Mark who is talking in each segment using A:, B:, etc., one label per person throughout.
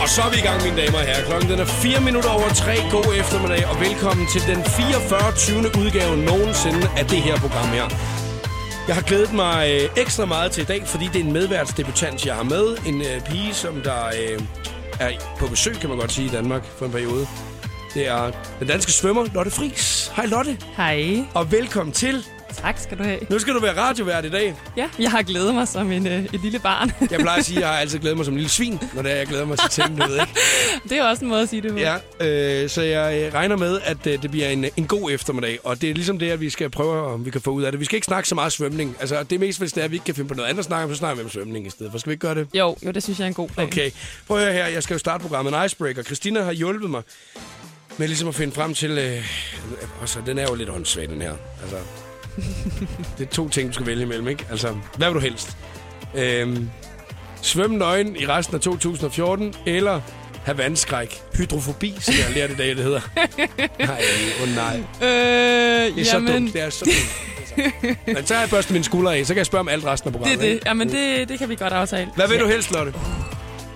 A: Og så er vi i gang, mine damer og herrer. Klokken den er 4 minutter over 3. God eftermiddag, og velkommen til den 44. 20. udgave nogensinde af det her program her. Jeg har glædet mig øh, ekstra meget til i dag, fordi det er en medværtsdebutant, jeg har med. En øh, pige, som der øh, er på besøg, kan man godt sige, i Danmark for en periode. Det er den danske svømmer, Lotte Friis. Hej Lotte,
B: Hej.
A: og velkommen til.
B: Tak skal du have.
A: Nu skal du være radiovært i dag.
B: Ja, jeg har glædet mig som en, øh, et lille barn.
A: Jeg plejer at sige, at jeg har altid glædet mig som en lille svin, når det er, jeg glæder mig til ting, du ved ikke?
B: det er også en måde at sige det på.
A: Ja, øh, så jeg øh, regner med, at øh, det bliver en, en god eftermiddag, og det er ligesom det, at vi skal prøve, om vi kan få ud af det. Vi skal ikke snakke så meget svømning. Altså, det er mest, hvis det er, at vi ikke kan finde på noget andet at snakke om, så snakker vi om svømning i stedet for. Skal vi ikke gøre det?
B: Jo, jo, det synes jeg er en god plan.
A: Okay, prøv at høre her. Jeg skal jo starte programmet en Icebreaker. Christina har hjulpet mig med ligesom at finde frem til... Øh, altså, den er jo lidt åndssvag, den her. Altså, det er to ting, du skal vælge imellem, ikke? Altså, hvad vil du helst? Øhm, svøm nøgen i resten af 2014, eller have vandskræk. Hydrofobi, som jeg lærte i dag, det hedder. nej, åh oh nej. Det
B: Øh,
A: er
B: jamen,
A: så dumt, det er så dumt. Altså. Men så har jeg børstet mine skuldre af, så kan jeg spørge om alt resten af
B: det
A: programmet.
B: er det.
A: ikke?
B: Jamen, det, det kan vi godt aftale.
A: Hvad vil du helst, Lotte? Det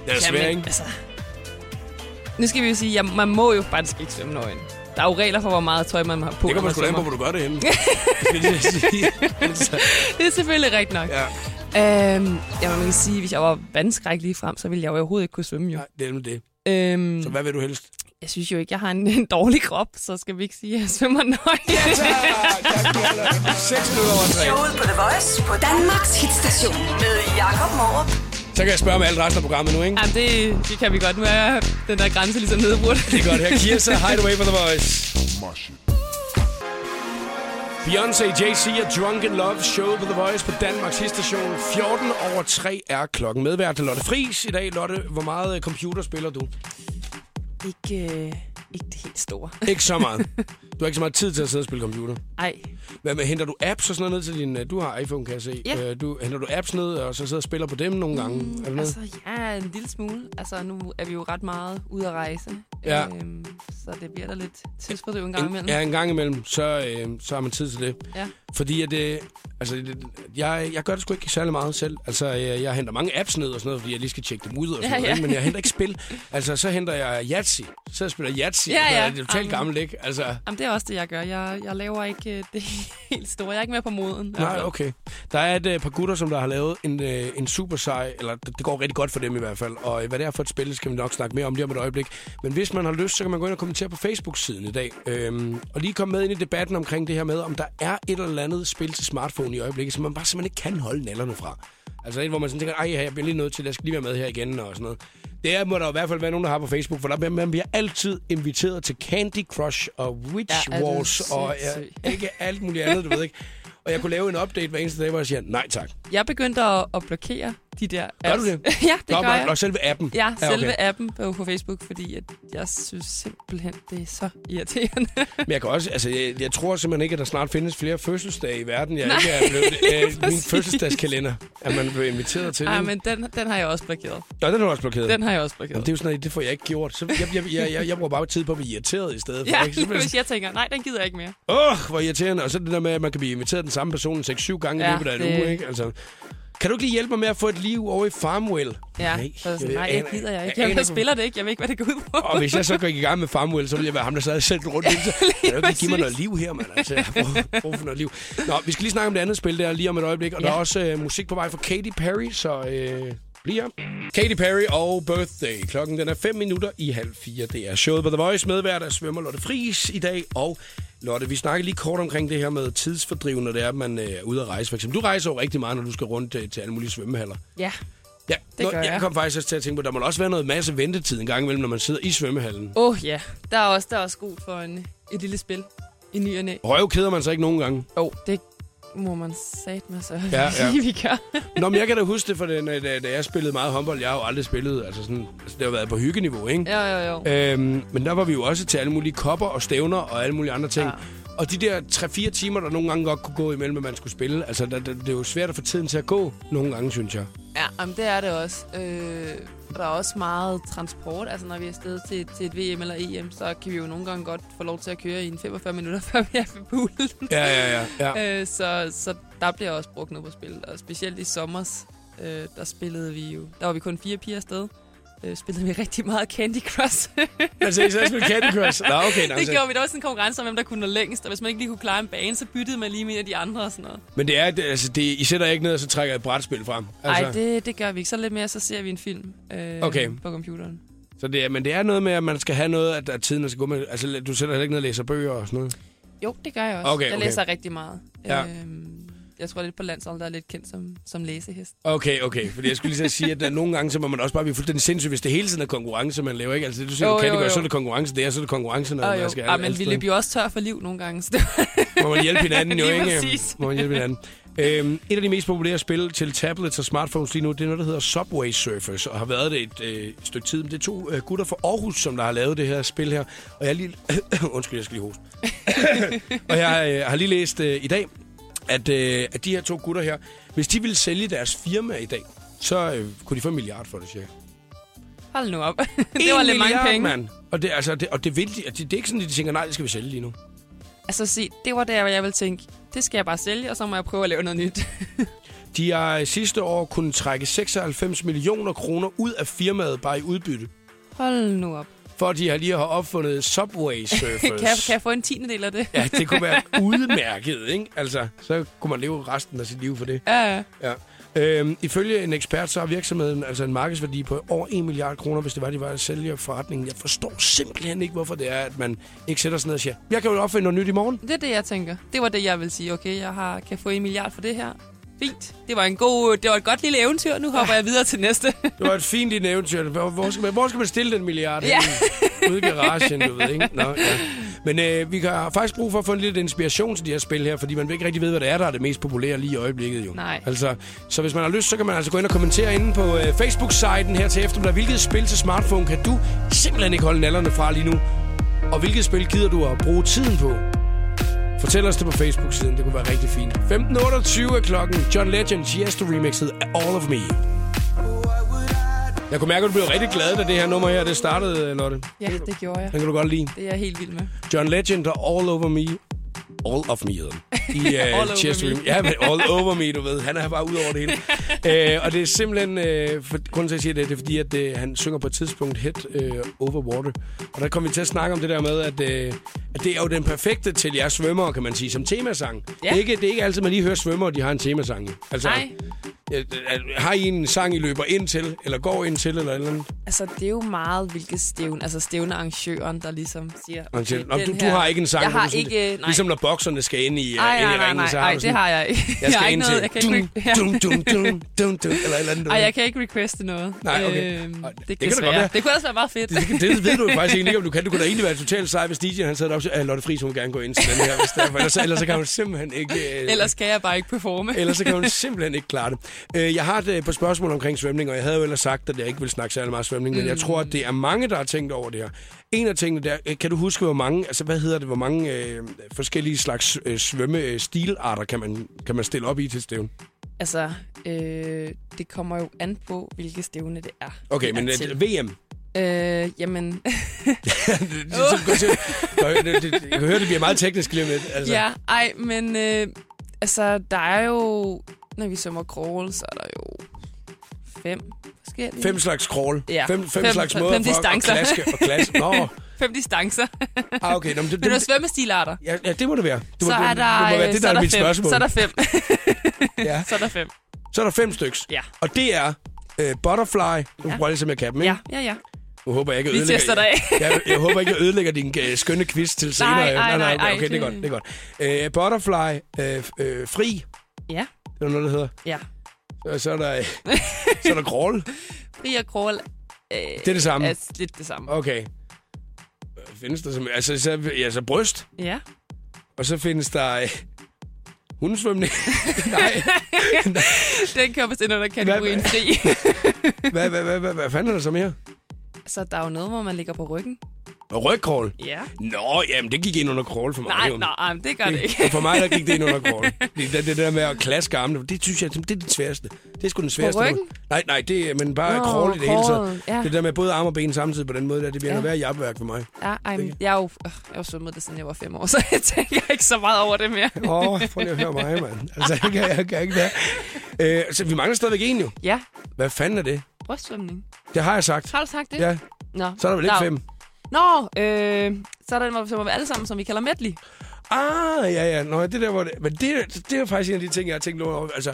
A: er
B: Jamen,
A: svært, ikke?
B: Altså, nu skal vi jo sige, at man må jo faktisk ikke svømme nøgen. Der er jo regler for, hvor meget tøj man har på.
A: Det
B: når
A: kommer sgu da an på,
B: svømmer.
A: hvor du gør det henne. Skal jeg lige sige. Altså,
B: Det er selvfølgelig rigtigt nok.
A: ja,
B: Øhm, jamen, man kan sige, at hvis jeg var vandskræk lige frem, så ville jeg jo overhovedet ikke kunne svømme. Jo.
A: nej, det er nemlig det.
B: Øhm,
A: Så hvad vil du helst?
B: jeg synes jo ikke, jeg har en, en dårlig krop, så skal vi ikke sige, at jeg svømmer nøgen.
A: 6 minutter over tre.
C: Showet på The Voice på Danmarks hitstation med Jakob Morup.
A: Så kan jeg spørge om alt resten af programmet nu, ikke?
B: Jamen, det, det kan vi godt med den der grænse ligesom nedbrudt.
A: Det er godt her. Kirsa, Hideaway for The Voice. Beyoncé, JC og Drunken Love show på The Voice på Danmarks station. 14 over 3 er klokken. Medvært til Lotte Friis i dag. Lotte, hvor meget øh, computer spiller du?
B: Ikke, øh, ikke det helt store.
A: Ikke så meget. Du har ikke så meget tid til at sidde og spille computer.
B: Ej,
A: Hvad med, henter du apps og sådan noget ned til din... øh, Du har iPhone, kan jeg se.
B: Ja.
A: Øh, Du, henter du apps ned, og så sidder og spiller på dem nogle gange? Mm, eller noget?
B: altså ja, en lille smule. Altså, nu er vi jo ret meget ude at rejse.
A: Ja.
B: Øhm, så det bliver da lidt tidsfordriv en gang imellem.
A: en, ja, en gang imellem, så, øh, så har man tid til det.
B: ja.
A: Fordi at, øh, altså, det, jeg, jeg gør det sgu ikke særlig meget selv. Altså, jeg, jeg henter mange apps ned og sådan noget, fordi jeg lige skal tjekke dem ud og sådan
B: Ja,
A: noget,
B: ja.
A: ikke? men jeg henter ikke spil. Altså, så henter jeg Yatzy. Så spiller jeg Yatzy.
B: Ja, ja.
A: Det er totalt
B: Amen.
A: gammelt, ikke? Altså,
B: Jamen, det er også det, jeg gør. Jeg, jeg laver ikke øh, det helt store. Jeg er ikke med på moden. Altså,
A: nej, okay. Der er et øh, par gutter, som der har lavet en, øh, en super sej, eller det, det går rigtig godt for dem i hvert fald, og øh, hvad det er for et spil, skal vi nok snakke mere om lige om et øjeblik. Men hvis man har lyst, så kan man gå ind og kommentere på Facebook-siden i dag, øhm, og lige komme med ind i debatten omkring det her med, om der er et eller andet spil til smartphone i øjeblikket, som man bare simpelthen ikke kan holde nallerne fra. Altså et, hvor man sådan tænker, ej, jeg bliver lige nødt til, jeg skal lige være med her igen og sådan noget. Det er, må der jo i hvert fald være nogen, der har på Facebook, for der bliver man bliver altid inviteret til Candy Crush og Witch
B: Ja, er
A: ja,
B: du
A: Wars og
B: sindssyg.
A: ja, ikke alt muligt andet, du ved ikke. Og jeg kunne lave en update hver eneste dag, hvor jeg siger, nej tak.
B: Jeg begyndte at, at blokere de der apps.
A: Gør du det?
B: ja, det
A: Nå,
B: gør jeg.
A: og selve appen.
B: Ja, selve
A: okay.
B: appen på, på Facebook, fordi at jeg synes simpelthen, det er så irriterende.
A: Men jeg kan også, altså, jeg, jeg tror simpelthen ikke, at der snart findes flere fødselsdage i verden. Jeg ikke er blevet, øh, min
B: præcis.
A: fødselsdagskalender, at man blev inviteret til.
B: Ej,
A: ikke?
B: men den, den har jeg også blokeret.
A: Nå, den er også blokeret.
B: Den har jeg også
A: Jamen,
B: blokeret.
A: det er jo sådan noget, det får jeg ikke gjort. Så jeg, jeg, jeg, jeg, jeg bruger bare tid på at blive irriteret i stedet.
B: Ja,
A: for, ikke? Så
B: lige
A: bliver jeg
B: hvis jeg tænker, nej, den gider jeg ikke mere.
A: Åh, oh, hvor irriterende. Og så det der med, at man kan blive inviteret af den samme person 6-7 gange ja, i
B: Ja,
A: løbet af en
B: det-
A: uge, ikke? Altså, kan du ikke lige hjælpe mig med at få et liv over i Farmwell?
B: Ja, nej, så er jeg sådan, nej, det
A: aner-
B: gider jeg ikke.
A: aner
B: Jeg, jeg spiller det ikke, jeg ved ikke, hvad det går ud på.
A: Og hvis jeg så går i gang med Farmwell, så ville jeg være ham, der sad selv rundt. Ja, kan du ikke lige give mig noget liv her, mand? Altså, jeg har brug- brug for noget liv. Nå, vi skal lige snakke om det andet spil der lige om et øjeblik. Og ja. der er
B: Ja.
A: også øh, musik på vej fra Katy Perry, så øh, bliv her. Katy Perry og Birthday. Klokken den er 5 minutter i halv fire. Det er showet på The Voice. Medvært er svømmer Lotte Friis i dag. Og Lotte, vi snakker lige kort omkring det her med tidsfordriv, når det er, at man øh, er ude at rejse. For eksempel, du rejser jo rigtig meget, når du skal rundt øh, til alle mulige svømmehaller.
B: Ja,
A: Ja,
B: Det
A: nå,
B: gør
A: jeg.
B: jeg.
A: kom faktisk også til at tænke på, at der må også være noget masse ventetid en gang imellem, når man sidder i svømmehallen.
B: åh oh, ja, der er også, der er også god for en, et lille spil i ny og næ.
A: Røv keder man sig ikke nogen gange.
B: Jo, det må man sat mig så
A: Ja,
B: ja,
A: ja.
B: ja. vi gør.
A: Nå, men jeg kan da huske det, for da, da, da jeg spillede meget håndbold, jeg har jo aldrig spillet, altså sådan, altså det har været på hyggeniveau, ikke?
B: Jo, jo, jo.
A: Øhm, men der var vi jo også til alle mulige kopper og stævner og alle mulige andre ting. Ja.
B: Ja.
A: Og de der 3-4 timer, der nogle gange godt kunne gå imellem, at man skulle spille, altså der, der, det er jo svært at få tiden til at gå nogle gange, synes jeg.
B: Ja, jamen, det er det også. Øh, og der er også meget transport. Altså, når vi er afsted til, til et VM eller EM, så kan vi jo nogle gange godt få lov til at køre i en 45 minutter, før vi er ved poolen.
A: Ja, ja, ja. ja.
B: Øh, så, så der bliver også brugt noget på spil, og specielt i sommers, øh, der spillede vi jo, der var vi kun fire piger afsted, øh, spillede vi rigtig meget Candy Crush.
A: Altså, I sad spille Candy Crush. Nå, okay. Nå,
B: det
A: så-
B: gjorde vi. Der var sådan en konkurrence om, hvem der kunne nå længst. Og hvis man ikke lige kunne klare en bane, så byttede man lige med en af de andre og sådan noget.
A: Men det er, det, altså, det, I sætter jer ikke ned, og så trækker jeg et brætspil frem.
B: Nej,
A: Altså,
B: altså... det, det gør vi ikke. Så lidt mere, så ser vi en film øh,
A: Okay.
B: på computeren.
A: Så det er, men det er noget med, at man skal have noget, at, at tiden skal gå med. Altså, du sætter heller ikke ned og læser bøger og sådan noget.
B: Jo, det gør jeg også.
A: Okay,
B: jeg
A: okay.
B: læser rigtig meget.
A: Ja.
B: Øhm, jeg tror lidt på landsholdet, der er lidt kendt som, som læsehest.
A: Okay, okay. Fordi jeg skulle lige så sige, at der, nogle gange, så må man også bare blive fuldstændig sindssyg, hvis det hele tiden er konkurrence, man laver. Ikke? Altså, det du siger,
B: Jo,
A: du kan
B: jo,
A: det gøre,
B: jo.
A: så er det konkurrence der, så er det konkurrence, når
B: Åh,
A: man
B: jo.
A: skal
B: Ah, men vi
A: steder.
B: løb jo også tør for liv nogle gange. Så det
A: Må man hjælpe hinanden jo,
B: Lige
A: ikke?
B: præcis.
A: Må man hjælpe hinanden. Øhm, et af de mest populære spil til tablets og smartphones lige nu, det er noget, der hedder Subway Surfers, og har været det et øh, stykke tid. Men det er to øh, gutter fra Aarhus, som der har lavet det her spil her. Og jeg har lige... Undskyld, jeg skal lige hoste. og jeg øh, har lige læst øh, i dag, at, øh, at de her to gutter her, hvis de ville sælge deres firma i dag, så øh, kunne de få en milliard for det, cirka.
B: Hold nu op. det var
A: En
B: lidt mange
A: milliard,
B: penge.
A: Mand. Og, det, altså, det, og det, vil de, og det, det er ikke sådan, at de tænker, nej, det skal vi sælge lige nu.
B: Altså se, det var der, hvor jeg ville tænke, det skal jeg bare sælge, og så må jeg prøve at lave noget nyt.
A: De har sidste år kunnet trække 96 millioner kroner ud af firmaet bare i udbytte.
B: Hold nu op.
A: For de har lige har opfundet Subway Surfers.
B: Kan jeg, kan jeg få en tiende del af det?
A: Ja, det kunne være udmærket, ikke? Altså, så kunne man leve resten af sit liv for det.
B: Ja, ja.
A: Ja. Øhm, ifølge en ekspert, så har virksomheden altså en markedsværdi på over 1 milliard kroner, hvis det var, de var at sælge forretningen. Jeg forstår simpelthen ikke, hvorfor det er, at man ikke sætter sig ned og siger, jeg kan jo opfinde noget nyt i morgen.
B: Det er det, jeg tænker. Det var det, jeg ville sige. Okay, jeg har, kan få en milliard for det her. Fint. Det var, en god, det var et godt lille eventyr. Nu hopper jeg videre til næste.
A: Det var et fint lille eventyr. Hvor, hvor, skal man, hvor skal man stille den milliard?
B: Ja.
A: henne? Ude i garagen, du ved, ikke? Nå, ja. Men øh, vi har faktisk brug for at få en lidt inspiration til de her spil her, fordi man vil ikke rigtig ved, hvad det er, der er det mest populære lige i øjeblikket jo.
B: Nej.
A: Altså, så hvis man har lyst, så kan man altså gå ind og kommentere inde på øh, Facebook-siden her til eftermiddag. Hvilket spil til smartphone kan du simpelthen ikke holde nallerne fra lige nu? Og hvilket spil gider du at bruge tiden på? Fortæl os det på Facebook-siden, det kunne være rigtig fint. 15.28 er klokken. John Legend, Yes to remixet af All of Me. Jeg kunne mærke, at du blev rigtig glad, da det her nummer her det startede, øh, Lotte.
B: Ja, det gjorde jeg.
A: Den kan du godt lide.
B: Det er jeg helt vild med.
A: John Legend og All Over Me. All of me hedder den. I, uh,
B: All Over
A: Chester
B: Me.
A: Ring. Ja, men All Over Me, du ved. Han er bare ud over det hele. uh, og det er simpelthen... Uh, for, grunden til, at jeg siger det, det er fordi, at uh, han synger på et tidspunkt Head uh, Over Water. Og der kom vi til at snakke om det der med, at, uh, at det er jo den perfekte til jer svømmere, kan man sige, som temasang.
B: Ja.
A: Det, er ikke, det er ikke altid, man lige hører svømmere, de har en temasang. Altså,
B: Nej,
A: øh, øh, har I en sang, I løber ind til, eller går ind til, eller et eller andet?
B: altså det er jo meget, hvilket stævn, altså stævnearrangøren, der ligesom siger...
A: Og han siger,
B: okay,
A: Nå,
B: den
A: du, du
B: her-
A: har ikke en sang,
B: Jeg
A: hvor
B: har
A: du sådan-
B: ikke... Nej.
A: ligesom når bokserne skal ind i,
B: Ej,
A: øh, ind
B: nej,
A: i
B: nej,
A: ringen,
B: nej,
A: så har
B: nej,
A: du
B: det
A: sådan,
B: har jeg ikke.
A: jeg
B: jeg
A: skal
B: har
A: ind
B: ikke noget, jeg kan
A: til
B: ikke... re- Ja.
A: dum, dum, dum, dum, dum, dum, eller et eller andet. du
B: Ej,
A: ved.
B: jeg kan ikke requeste noget.
A: Nej, okay.
B: Øhm,
A: Ej,
B: det,
A: det
B: det,
A: kan
B: kan
A: da godt være.
B: det, det kunne også være meget fedt.
A: Det, det ved du jo faktisk egentlig ikke, om du kan. Du kunne da egentlig være totalt sej, hvis DJ'en han sad deroppe og sagde, "Ah, Lotte Friis, hun vil gerne gå ind til den her. Hvis der, for ellers, ellers så kan hun simpelthen ikke... øh,
B: Ellers kan jeg bare ikke performe.
A: Ellers så kan hun simpelthen ikke klare det. Øh, Jeg har et øh, par spørgsmål omkring svømning, og jeg havde jo ellers sagt, at jeg ikke vil snakke særlig meget svømning, men
B: Mm.
A: jeg tror, at det er mange, der har tænkt over det her. En af tingene der, øh, kan du huske, hvor mange, altså hvad hedder det, hvor mange øh, forskellige slags øh, svømmestilarter kan man, kan man stille op i til stævn?
B: Altså, øh, det kommer jo an på, hvilke stævne det er.
A: Okay,
B: vi er
A: men
B: til.
A: øh, Altså- VM.
B: Øh, jamen,
A: det, det, det, det, det, det, det, jeg kan høre, det bliver meget teknisk lige om lidt. Altså.
B: ja, ej, men øh, altså, der er jo, når vi sømmer crawl, så er der jo fem forskellige.
A: Fem slags crawl.
B: Ja.
A: Fem, fem,
B: Fem-
A: slags
B: fem
A: måder for at
B: distancer.
A: klaske og klasse. Nå,
B: fem distancer.
A: ah, okay. Nå, men det,
B: Men der er
A: det,
B: svømmestilarter.
A: ja, ja, det må det være. Det må,
B: så er
A: det,
B: der,
A: det må være
B: øh,
A: det,
B: så
A: der er, mit
B: fem,
A: spørgsmål.
B: Så er der fem.
A: Ja.
B: så er der fem.
A: Så er der fem styks.
B: Ja.
A: Og det er øh, Butterfly. Nu prøver jeg ligesom, jeg kan dem, ikke?
B: Ja, ja, ja.
A: Nu håber jeg ikke, jeg
B: Vi
A: ødelægger...
B: tester dig af.
A: jeg, jeg håber ikke, jeg ødelægger din øh, skønne quiz til senere.
B: nej, nej,
A: okay,
B: nej,
A: okay, det er
B: det-
A: godt. Det er godt. Øh, butterfly. Øh, f- øh, fri.
B: Ja.
A: Det er noget, der hedder.
B: Ja.
A: Og så er der, øh, så er der crawl.
B: Fri og crawl øh,
A: Det er det samme.
B: er lidt det samme.
A: Okay. Hvad Findes der som... Altså, så, ja, så bryst.
B: Ja.
A: Og så findes der... Øh, hundesvømning. nej.
B: Den kører vist ind under kategorien fri.
A: Hvad, hvad, hvad, hvad, hvad fanden er der så mere?
B: så der er jo noget, hvor man ligger på ryggen.
A: Og rygcrawl.
B: Ja.
A: Nå, jamen, det gik ind under crawl for mig.
B: Nej,
A: jo.
B: nej, nej, men det gør det ikke.
A: Og for mig, der gik det ind under krogen. Det, det, det der med at klaske armene, det synes jeg, det er det sværeste. Det er sgu den sværeste.
B: ryggen?
A: måde. Nej, nej, det er, men bare
B: Nå,
A: crawl i det hele taget.
B: crawl, ja.
A: Det der med både arme og ben samtidig på den måde, der, det bliver
B: Ja.
A: noget værre jabværk for mig.
B: Ja, ej, men jeg er jo, øh, jeg har jo svømmet det, siden jeg var fem år, så jeg tænker ikke så meget over det mere.
A: Åh, oh, prøv lige at høre mig, mand. Altså, jeg kan, jeg kan ikke være. Øh, så vi mangler stadigvæk en jo.
B: Ja,
A: Hvad fanden er det?
B: brystsvømning.
A: Det har jeg sagt.
B: Har du sagt det?
A: Ja,
B: Nå.
A: så er der vel ikke
B: Nå.
A: fem.
B: Nå, øh, så er der den, hvor vi- hvor vi alle sammen, som vi kalder medley.
A: Ah, ja, ja. Nå, det der, hvor det... Men det, det er faktisk en af de ting, jeg har tænkt over. Altså,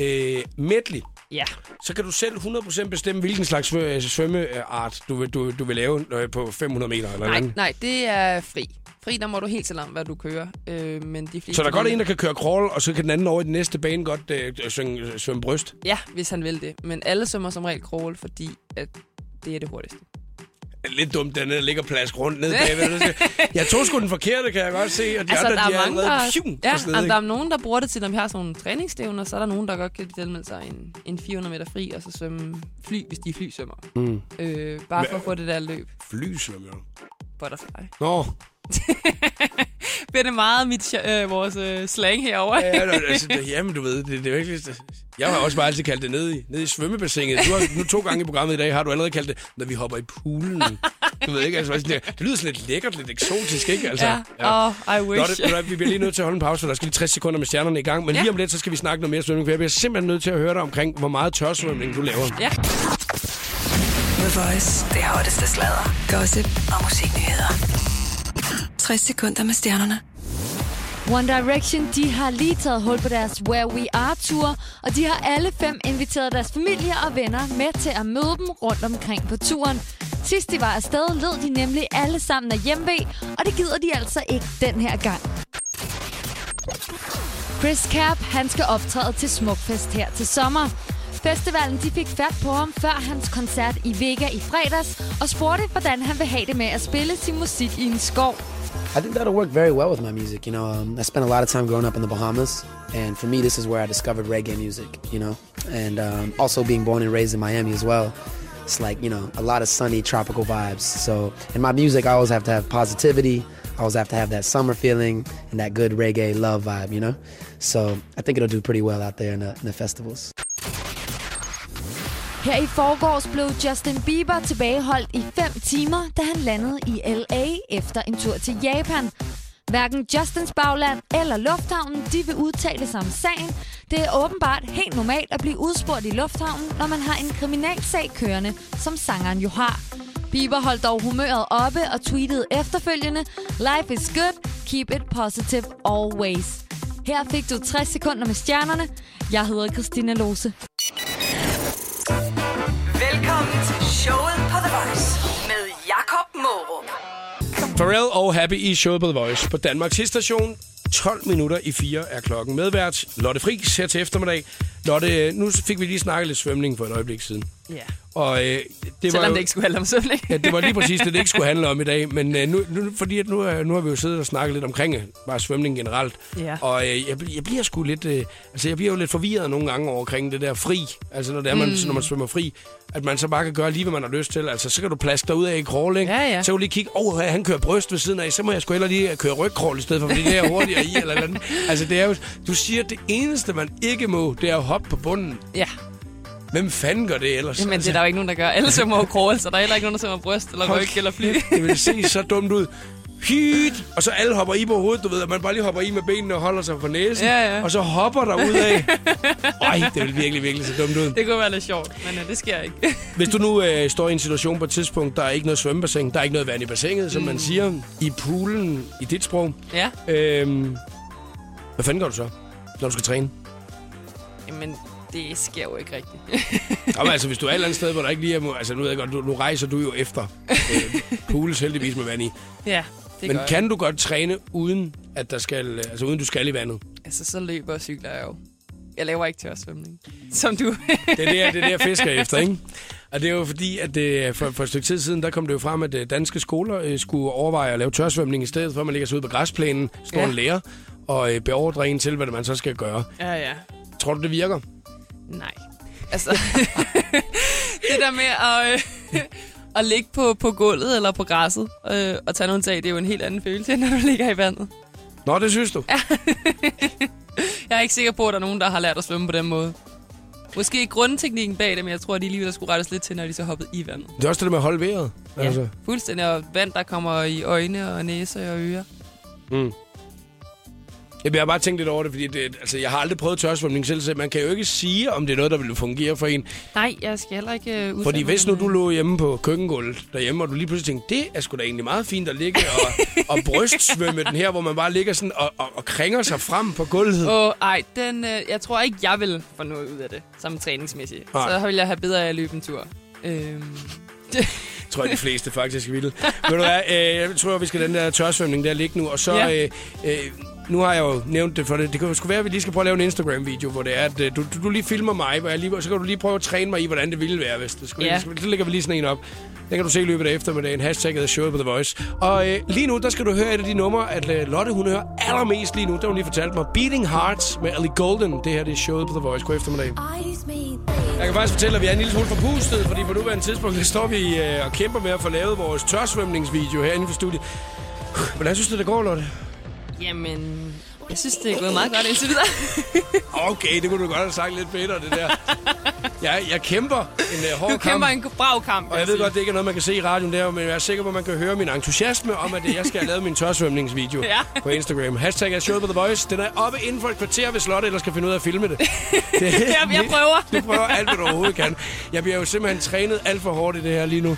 A: øh, medley.
B: Ja.
A: Så kan du selv 100% bestemme, hvilken slags svø- øh, svømmeart du vil, du, du vil lave øh, på 500 meter eller
B: Nej,
A: andet.
B: nej, det er fri. Fri, der må du helt selv om, hvad du kører. Øh, men de fleste
A: Så der er godt en, der kan køre crawl, og så kan den anden over i den næste bane godt øh, svømme, svømme bryst.
B: Ja, hvis han vil det. Men alle sømmer som regel crawl, fordi at det er det hurtigste.
A: Lidt dumt, den der ligger plads rundt ned bagved. jeg tog sgu den forkerte, kan jeg godt se. Og de altså, andre, der de er allerede pjum,
B: ja,
A: på stedet,
B: jamen,
A: ikke?
B: der er nogen, der bruger det til, når vi har sådan nogle træningsstævner, så er der nogen, der godt kan tilmelde sig en, en 400 meter fri, og så svømme fly, hvis de er flysvømmer.
A: Mm.
B: Øh, bare for at få det der løb.
A: Flysvømme, jo.
B: Butterfly.
A: Nå,
B: Bliver det meget mit, øh, vores øh, slang herover.
A: ja, ja, nå, altså, det, jamen, du ved, det, det er virkelig... det- Jeg har også bare altid kaldt det ned i, ned i svømmebassinet. Du har, nu to gange i programmet i dag har du allerede kaldt det, når vi hopper i poolen. Du ved ikke, altså, sådan, det, det lyder sådan lidt lækkert, lidt eksotisk, ikke? Altså,
B: ja. ja. Oh, I
A: Nå,
B: wish.
A: det, ved du hvad, vi bliver lige nødt til at holde en pause, for der skal lige 60 sekunder med stjernerne i gang. Men ja.
B: Ja.
A: lige om lidt, så skal vi snakke noget mere svømning, for jeg bliver simpelthen nødt til at høre dig omkring, hvor meget tørsvømning du laver.
B: ja.
C: The Voice. Det hotteste sladder, gossip og musiknyheder. 60 sekunder med stjernerne.
D: One Direction, de har lige taget hul på deres Where We Are-tur, og de har alle fem inviteret deres familier og venner med til at møde dem rundt omkring på turen. Sidst de var afsted, led de nemlig alle sammen af hjemvej, og det gider de altså ikke den her gang. Chris Cap, han skal optræde til Smukfest her til sommer. Festivalen de fik fat på ham før hans koncert i Vega i fredags, og spurgte, hvordan han vil have det med at spille sin musik i en skov.
E: I think that'll work very well with my music. You know, um, I spent a lot of time growing up in the Bahamas, and for me, this is where I discovered reggae music. You know, and um, also being born and raised in Miami as well, it's like you know a lot of sunny tropical vibes. So in my music, I always have to have positivity. I always have to have that summer feeling and that good reggae love vibe. You know, so I think it'll do pretty well out there in the, in the festivals.
D: Her i forgårs blev Justin Bieber tilbageholdt i 5 timer, da han landede i LA efter en tur til Japan. Hverken Justins bagland eller lufthavnen de vil udtale sig om sagen. Det er åbenbart helt normalt at blive udspurgt i lufthavnen, når man har en kriminalsag kørende, som sangeren jo har. Bieber holdt dog humøret oppe og tweetede efterfølgende, Life is good, keep it positive always. Her fik du 60 sekunder med stjernerne. Jeg hedder Christina Lose.
C: Velkommen til showet på The Voice med Jakob Morup.
A: Pharrell og Happy i showet på The Voice på Danmarks Hitstation. 12 minutter i 4 er klokken. Medvært Lotte Friis her til eftermiddag. Lotte, nu fik vi lige snakket lidt svømning for et øjeblik siden.
B: ja.
A: Og øh, det var
B: Selvom
A: jo,
B: det ikke skulle handle om svømning.
A: ja, det var lige præcis det, det ikke skulle handle om i dag. Men øh, nu, nu, fordi at nu, øh, nu har vi jo siddet og snakket lidt omkring øh, bare svømning generelt.
B: Ja.
A: Og øh, jeg, bl- jeg bliver sgu lidt, øh, altså jeg bliver jo lidt forvirret nogle gange over omkring det der fri. Altså når, det er, man,
B: Mm.
A: når man svømmer fri, at man så bare kan gøre lige, hvad man har lyst til. Altså så kan du plaske dig ud af i crawl, ikke?
B: Ja, ja.
A: Så kan du lige kigge, åh, oh, han kører bryst ved siden af, så må jeg sgu hellere lige øh, køre rygcrawl i stedet for, fordi det er hurtigere i eller, eller andet. Altså det er jo, du siger, at det eneste, man ikke må, det er at hoppe på bunden.
B: Ja,
A: Hvem fanden gør det ellers?
B: men det
A: altså,
B: er der jo ikke nogen, der gør. Alle svømmer jo crawl, så der er heller ikke nogen, der svømmer bryst eller ryg eller fly.
A: kæft, det vil se så dumt ud. Hyt! Og så alle hopper i på hovedet, du ved, at man bare lige hopper i med benene og holder sig på næsen,
B: Ja, ja.
A: og så hopper der ud af. Ej, det vil virkelig, virkelig se dumt ud.
B: Det kunne være lidt sjovt, men øh, det sker ikke.
A: Hvis du nu øh, står i en situation på et tidspunkt, der er ikke noget svømmebassin, der er ikke noget vand i bassinet, som
B: Mm.
A: man siger, i poolen, i dit sprog,
B: ja,
A: øhm, hvad fanden gør du så, når du skal træne?
B: men det sker jo ikke rigtigt.
A: Jamen, altså, hvis du er et eller andet sted, hvor der ikke lige er... mo- Altså, nu ved jeg godt, du, nu rejser du jo efter øh, pools heldigvis med vand i.
B: ja, det
A: Men
B: gør jeg.
A: kan du godt træne, uden at der skal, øh, altså, uden du skal i vandet?
B: Altså, så løber og cykler jeg jo. Jeg laver ikke tørsvømning. Som du.
A: Det er det, jeg- det, er det jeg fisker efter, ikke? Og det er jo fordi, at det, for, for et stykke tid siden, der kom det jo frem, at øh, danske skoler øh, skulle overveje at lave tørsvømning i stedet for, at man ligger sig ude på græsplænen, står
B: Ja.
A: en lærer og øh, beordrer en til, hvad det man så skal gøre.
B: ja, ja.
A: Tror du, det virker?
B: Nej. Altså, det der med at, øh, at ligge på, på gulvet eller på græsset øh, og tage nogle tag, det er jo en helt anden følelse, end når du ligger i vandet.
A: Nå, det synes du. Ja.
B: Jeg er ikke sikker på, at der er nogen, der har lært at svømme på den måde. Måske grundteknikken bag det, men jeg tror, at de alligevel skulle rettes lidt til, når de så hoppede i vandet.
A: Det er også det der med at holde vejret. Altså.
B: Fuldstændig og vand, der kommer i øjne og næse og ører.
A: Mm. Jamen, jeg har bare tænkt lidt over det, fordi det, altså, jeg har aldrig prøvet tørsvømning selv, så man kan jo ikke sige, om det er noget, der ville fungere for en.
B: Nej, jeg skal heller ikke øh,
A: Fordi
B: udtale
A: hvis nu
B: mig,
A: du lå hjemme på køkkengulvet derhjemme, og du lige pludselig tænkte, det er sgu da egentlig meget fint at ligge og, og brystsvømme den her, hvor man bare ligger sådan og, og, og kringer sig frem på gulvet.
B: men- Åh, ej, den, øh, jeg tror ikke, jeg vil få noget ud af det, som træningsmæssigt.
A: Nej.
B: Så vil jeg have bedre af at løbe en tur. Øhm,
A: tror jeg, de fleste faktisk vil. Ved du hvad, øh, jeg tror, vi skal den der tørsvømning der ligge nu, og så...
B: Ja.
A: Øh, øh, nu har jeg jo nævnt det for det. Det kan jo sgu være, at vi lige skal prøve at lave en Instagram-video, hvor det er, at øh, du, du, du lige filmer mig, hvor jeg lige, og så kan du lige prøve at træne mig i, hvordan det ville være, hvis det skulle.
B: Ja.
A: Yeah. Så lægger vi lige sådan en op. Den kan du se i løbet af eftermiddagen. Hashtagget er showet på The Voice. Og øh, lige nu, der skal du høre et af de numre, at øh, Lotte, hun hører allermest lige nu. Det har hun lige fortalt mig. Beating Hearts med Ellie Golden. Det her, det er showet på The Voice. God eftermiddag. Jeg kan faktisk fortælle, at vi er en lille smule forpustet, fordi på nuværende tidspunkt der står vi øh, og kæmper med at få lavet vores tørsvømningsvideo herinde for studiet. Hvordan synes du, det går, Lotte?
B: jamen, jeg synes, det er gået meget godt indtil videre.
A: Okay, det kunne du godt have sagt lidt bedre, det der. Jeg, jeg kæmper en øh, hård
B: Du
A: kamp.
B: kæmper en brav kamp. vil
A: Og jeg ved
B: sige.
A: godt, det ikke er noget, man kan se i radioen der, men jeg er sikker på, at man kan høre min entusiasme om, at jeg skal have lavet min tørsvømningsvideo
B: Ja.
A: på Instagram. Hashtag er showet på The Voice. Den er oppe inden for et kvarter, hvis Lotte ellers skal finde ud af at filme det. det
B: Jeg, jeg prøver.
A: Du prøver alt, hvad du overhovedet kan. Jeg bliver jo simpelthen trænet alt for hårdt i det her lige nu.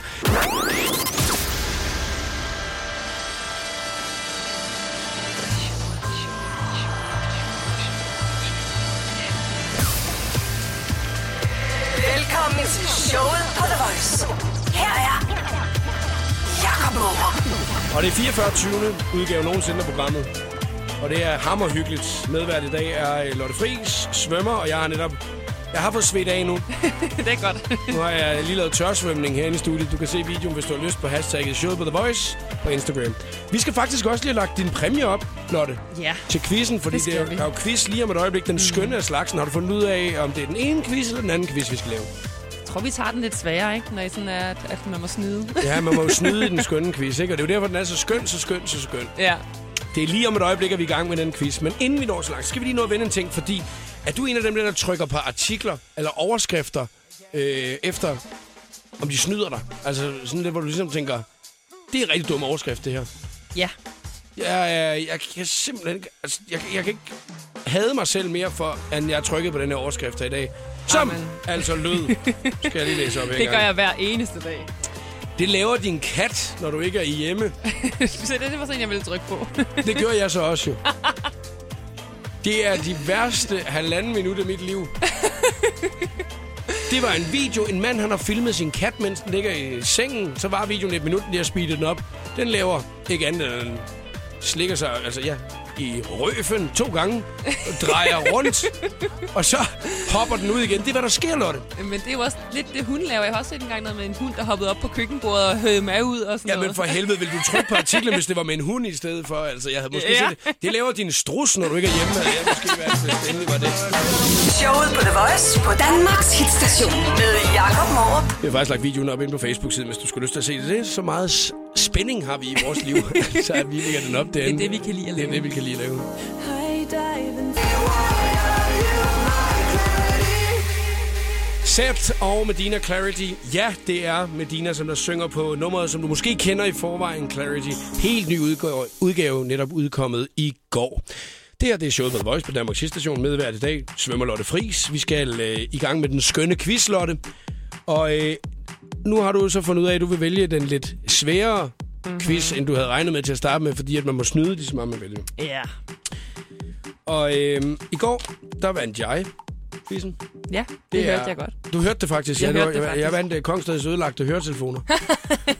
C: Velkommen til showet på The Voice. Her er Jakob Morup.
A: Og det er 44. udgave nogensinde af programmet. Og det er hammerhyggeligt. Medvært i dag er øh, Lotte Friis, svømmer, og jeg har netop... Jeg har fået svedt af nu.
B: det er godt.
A: Nu har jeg lige lavet tørsvømning herinde i studiet. Du kan se videoen, hvis du har lyst på hashtagget showet på The Voice på Instagram. Vi skal faktisk også lige have lagt din præmie op, Lotte,
B: Ja.
A: til quizzen, fordi
B: Det
A: det,
B: skal
A: det er,
B: vi. Mm.
A: jo- der er jo quiz lige om et øjeblik. Den skønne af slagsen. Har du fundet ud af, om det er den ene quiz eller den anden quiz, vi skal lave?
B: Jeg tror, vi tager den lidt sværere, ikke? Når I sådan er, at, at man må snyde.
A: Ja, man må jo snyde i den skønne quiz, ikke? Og det er jo derfor, den er så skøn, så skøn, så skøn.
B: ja.
A: Det er lige om et øjeblik, at vi er i gang med den quiz. Men inden vi når så langt, skal vi lige nå at vende en ting, fordi er du en af dem, der trykker på artikler eller overskrifter øh, efter, om de snyder dig? Altså sådan lidt, hvor du ligesom tænker, det er en rigtig dum overskrift, det her.
B: Ja.
A: Jeg, jeg, jeg kan simpelthen ikke, altså, jeg, jeg kan ikke hade mig selv mere for, end jeg trykkede på den her overskrift her i dag. Som
B: Amen.
A: altså lød, skal jeg lige læse op her
B: Det
A: engang.
B: gør jeg hver eneste dag.
A: Det laver din kat, når du ikke er hjemme.
B: Så det, det var sådan, jeg ville trykke på.
A: Det gjorde jeg så også jo. Det er de værste halvanden minut af mit liv. Det var en video. En mand, han har filmet sin kat, mens den ligger i sengen. Så var videoen et minut, de har speedet den op. Den laver ikke andet end slikker sig altså, ja, i røfen to gange, og drejer rundt, og så hopper den ud igen. Det er, hvad der sker, Lotte.
B: Men det er jo også lidt det, hun laver. Jeg har også set engang noget med en hund, der hoppede op på køkkenbordet og høvede mig ud og sådan
A: Ja, men
B: noget.
A: for helvede, ville du trykke på artiklen, hvis det var med en hund i stedet for? Altså, jeg havde måske
B: Ja.
A: ja. set det. Det laver din strus, når du ikke er hjemme. Havde jeg måske været så stille, var det.
C: Showet på The Voice på Danmarks hitstation med Jakob Morup.
A: Vi har faktisk lagt videoen op inde på Facebook-siden, hvis du skulle lyst til at se det. det. er Så meget s- spænding har vi i vores liv, så at vi lægger den op derinde.
B: det, vi kan lide at
A: Det er
B: lave.
A: det, vi kan lide at lave. Sept og Medina Clarity. Ja, det er Medina, som der synger på nummeret, som du måske kender i forvejen, Clarity. Helt ny udgave, udgave netop udkommet i går. Det her det er showet på The Voice på Danmarks Station. Medvært i dag svømmer Lotte Friis. Vi skal øh, i gang med den skønne quiz, Lotte. Og øh, nu har du så fundet ud af, at du vil vælge den lidt sværere mm-hmm. quiz, end du havde regnet med til at starte med, fordi at man må snyde lige så meget, man vil.
B: Ja.
A: Og øh, i går, der vandt jeg quizzen.
B: Ja, det, det hørte jeg godt.
A: Du hørte det faktisk.
B: Jeg
A: ja,
B: hørte det
A: jeg, jeg
B: faktisk.
A: vandt uh, Kongstedets ødelagte høretelefoner.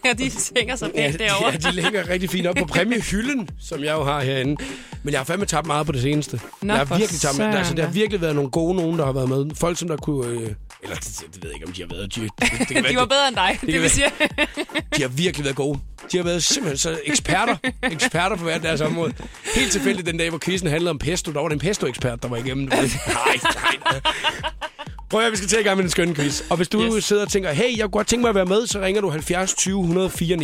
B: Ja, de tænker sig pænt derovre.
A: ja, de ligger rigtig fint op på præmiehylden, som jeg jo har herinde. Men jeg har fandme tabt meget på det seneste.
B: Nå,
A: jeg
B: for
A: har virkelig tabt,
B: søren
A: altså, der har
B: da.
A: virkelig været nogle gode nogen, der har været med. Folk, som der kunne... Øh, eller det, det ved jeg ikke, om de har været... De, det, det kan være,
B: De var bedre end dig, det,
A: kan
B: vil
A: være.
B: sige.
A: De har virkelig været gode. De har været simpelthen så eksperter, eksperter på hver deres område. Helt tilfældigt den dag, hvor quizzen handlede om pesto, der var det en pesto-ekspert, der var igennem. Nej, nej, nej. Prøv at høre, vi skal til i gang med den skønne quiz. Og hvis du yes. sidder og tænker, hey, jeg kunne godt tænke mig at være med, så ringer du 70 20 149.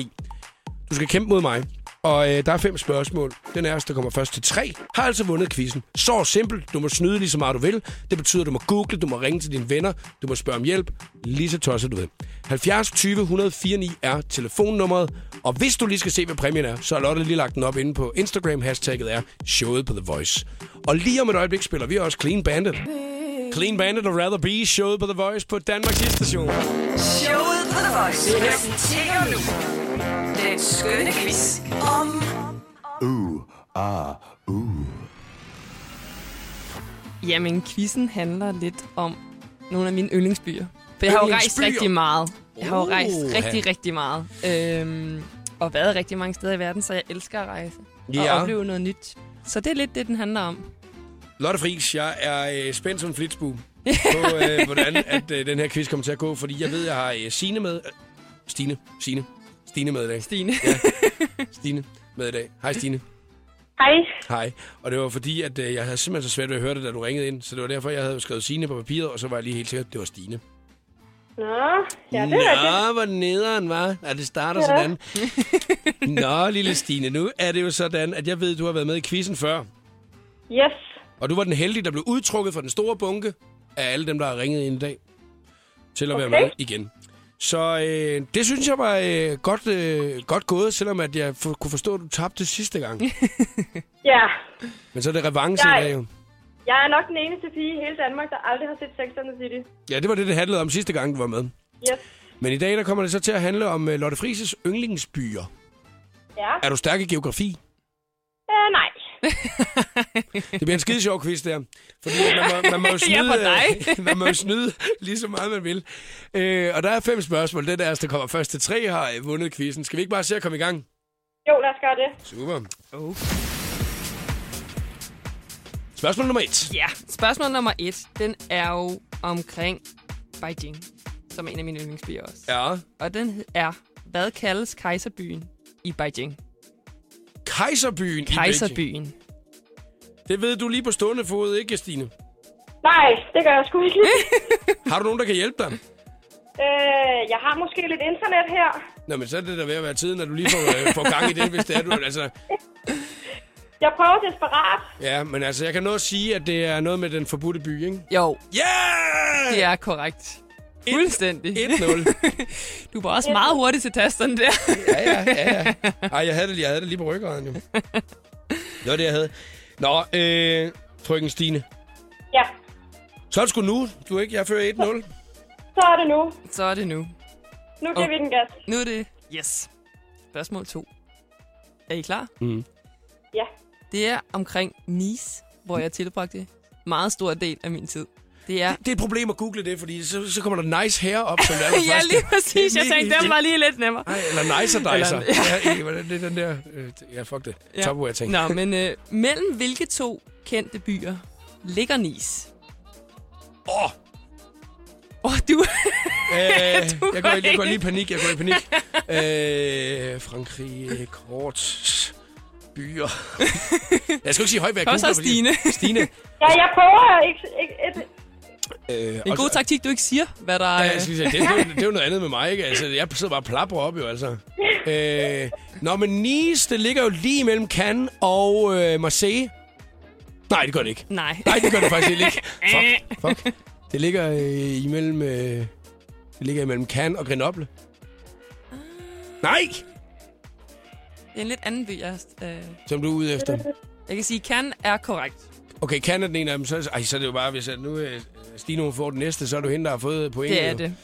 A: Du skal kæmpe mod mig. Og øh, der er fem spørgsmål. Den er, der kommer først til tre, har altså vundet quizzen. Så simpelt. Du må snyde lige så meget du vil. Det betyder, du må google, du må ringe til dine venner, du må spørge om hjælp. Lige så tosset du vil. 70 20 104 9 er telefonnummeret. Og hvis du lige skal se, hvad præmien er, så har Lotte lige lagt den op inde på Instagram. Hashtagget er showet på The Voice. Og lige om et øjeblik spiller vi også Clean Bandit. Clean Bandit og Rather Be, showet på The Voice på Danmarks Station.
C: Showet på The Voice præsenterer nu den skønne quiz om...
B: Jamen, quizzen handler lidt om nogle af mine yndlingsbyer. For jeg har jo rejst
A: Yndlingsbyer?
B: rigtig meget. Jeg har jo rejst
A: Oha.
B: rigtig, rigtig meget. Øhm, og været rigtig mange steder i verden, så jeg elsker at rejse. Og
A: Ja.
B: opleve noget nyt. Så det er lidt det, den handler om.
A: Lotte Friis, jeg er øh, spændt som en flitsbue på, øh, hvordan at, øh, den her quiz kommer til at gå, fordi jeg ved, jeg har øh, Signe med. Øh, Stine, Signe. Stine med i dag.
B: Stine.
A: Stine med i dag. Hej Stine.
F: Hej.
A: Hej. Og det var fordi, at øh, jeg havde simpelthen så svært ved at høre det, da du ringede ind, så det var derfor, jeg havde skrevet Signe på papiret, og så var jeg lige helt sikker, at det var Stine.
F: Nå, ja, det er rigtigt.
A: Nå, hvor nederen, var. Ja, det starter ja. sådan. Nå, lille Stine, nu er det jo sådan, at jeg ved, du har været med i quizzen før.
F: Yes.
A: Og du var den heldige, der blev udtrukket fra den store bunke af alle dem, der har ringet ind i dag, til at okay. være
F: Okay.
A: med igen. Så øh, det synes jeg var øh, godt, øh, godt gået, selvom at jeg for, kunne forstå, at du tabte sidste gang.
F: Ja,
A: Men så er det revanche i
F: Nej.
A: dag jo.
F: jeg er nok den eneste pige i hele Danmark, der aldrig har set Sex and the City.
A: Ja, det var det, det handlede om sidste gang, du var med.
F: Yes.
A: Men i dag der kommer det så til at handle om øh, Lotte Frises yndlingsbyer.
F: Ja.
A: Er du stærk i geografi?
F: Øh, nej.
A: Det bliver en skide sjov quiz, der. Fordi man må, man må jo
B: Ja,
A: snyde,
B: for
A: øh, man må jo snyde lige så meget, man vil. Øh, og der er fem spørgsmål. Den der, der kommer først til tre, har øh, vundet quizzen. Skal vi ikke bare se at komme i gang?
F: Jo, lad os gøre det.
A: Super. Oh. Spørgsmål nummer et.
B: Ja, spørgsmål nummer et, den er jo omkring Beijing, som er en af mine yndlingsbyer også. Ja.
A: Ja.
B: Og den hed- er, hvad kaldes kejserbyen i Beijing?
A: Kejserbyen i Beijing.
B: Kejserbyen.
A: Det ved du lige på stående fod, ikke, Stine?
F: Nej, det gør jeg sgu ikke.
A: Har du nogen, der kan hjælpe dig?
F: øh, jeg har måske lidt internet her.
A: Nå, men så er det da ved at være tiden, at du lige får, øh, får gang i det, hvis det er du. Altså,
F: Jeg prøver desperat.
A: ja, men altså, jeg kan nå at sige, at det er noget med den forbudte by, ikke?
B: Jo,
A: Yeah!
B: det er korrekt. Fuldstændig.
A: 1-0.
B: Du var også meget hurtig til tasterne der.
A: ja, ja, ja, ja. Ej, jeg havde det, jeg havde det lige på ryggraden, jo. Det var det, jeg havde. Nå, øh, frøken Stine.
F: Ja,
A: Så er det sgu nu. Du er ikke, jeg fører 1-0.
F: så er det nu.
B: Så er det nu.
F: Nu giver
B: Og-
F: vi den gas.
B: Nu er det... Yes. Spørgsmål 2. Er I klar?
F: Ja.
B: Det er omkring Nice, hvor jeg tilbragte meget stor del af min tid. Det er...
A: Det er et problem at google det, fordi så, så kommer der nice hair op, som det er
B: Ja, lige præcis. Jeg tænkte, den var lige lidt nemmere.
A: Ej, eller nicer dicer.
B: Eller-
A: ja, øh, hvordan- det er den der... Øh, ja, fuck det. Ja. Topware ting.
B: Nå, men øh, mellem hvilke to kendte byer ligger Nice?
A: Åh, oh,
B: Åh, oh, du...
A: øh,
B: Du
A: jeg, går, i- jeg går
B: var
A: lige i panik, jeg går i panik. øh, Frankrig, øh, kort, byer. Jeg skal jo ikke sige højt, hvad jeg
B: Kom så,
A: googler, fordi-
B: Stine.
A: Stine.
F: Ja, jeg prøver ikke... ikke, ikke
A: Øh,
B: Det er en god taktik, du ikke siger, hvad der øh,
A: Ja,
B: er...
A: jeg skal sige, det, er jo- det er jo noget andet med mig, ikke? Altså, jeg sidder bare og plapper op, jo, altså. Øh, nå, men Nice, det ligger jo lige mellem Cannes og øh, Marseille. Nej, det gør det ikke.
B: Nej.
A: Nej, det gør det faktisk heller ikke. Fuck, fuck. Det ligger øh, imellem... Øh, det ligger imellem Cannes og Grenoble. Nej!
B: Det er en lidt anden by, jeg, har- øh,
A: Som du er ude efter.
B: jeg kan sige, kan er korrekt.
A: Okay, Cannes er den ene af dem. Så, ej, så er det jo bare, hvis jeg nu øh, Stine får den næste, så er du hende, der har fået point.
B: Det er
A: jo.
B: det.